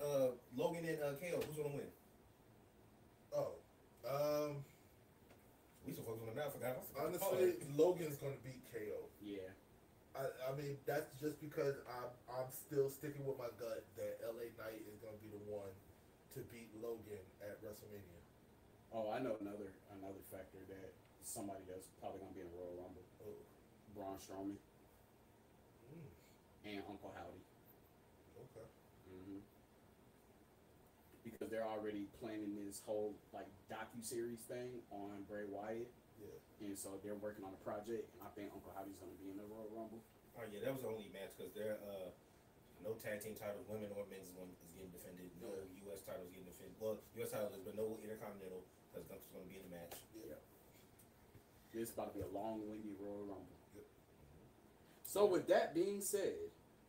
Speaker 3: uh, Logan and uh, KO. Who's gonna win?
Speaker 2: Oh, um,
Speaker 3: We should focus on that. I forgot. I forgot to call
Speaker 2: honestly,
Speaker 3: it.
Speaker 2: Logan's going to beat KO.
Speaker 1: Yeah.
Speaker 2: I, I mean, that's just because I'm I'm still sticking with my gut that LA Knight is going to be the one to beat Logan at WrestleMania.
Speaker 1: Oh, I know another another factor that somebody that's probably gonna be in the Royal Rumble.
Speaker 2: Oh.
Speaker 1: Braun Strowman
Speaker 2: Mm,
Speaker 1: and Uncle Howdy.
Speaker 2: okay.
Speaker 1: hmm Because they're already planning this whole like docu series thing on Bray Wyatt,
Speaker 2: Yeah.
Speaker 1: and so they're working on a project. And I think Uncle Howdy's gonna be in the Royal Rumble.
Speaker 3: Oh yeah, that was the only match because there uh, no tag team titles, women or men's one is getting defended. No U.S. titles getting defended. Well, U.S. titles, but no Intercontinental because Gunther's gonna be in the match.
Speaker 1: This is about to be a long winded Royal Rumble.
Speaker 2: Yep.
Speaker 1: So with that being said,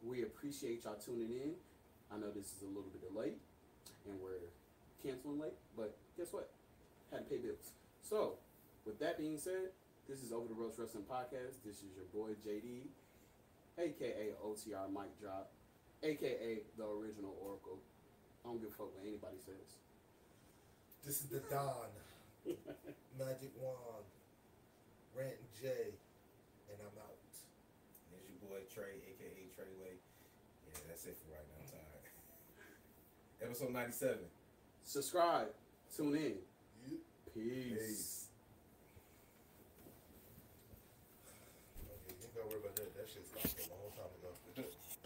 Speaker 1: we appreciate y'all tuning in. I know this is a little bit late, and we're canceling late, but guess what? Had to pay bills. So with that being said, This is Over the Ropes Wrestling Podcast. This is your boy JD, aka OTR Mike Drop, aka the original Oracle. I don't give a fuck what anybody says.
Speaker 2: This is the Don, Magic Wand, Rant J, and I'm out.
Speaker 3: It's your boy Trey, aka Treyway. Yeah, that's it for right now. I'm tired. Episode 97.
Speaker 1: Subscribe, tune in.
Speaker 2: Yep.
Speaker 1: Peace.
Speaker 3: Peace.
Speaker 2: Okay, you ain't gotta worry about that. That shit's locked up a whole time ago.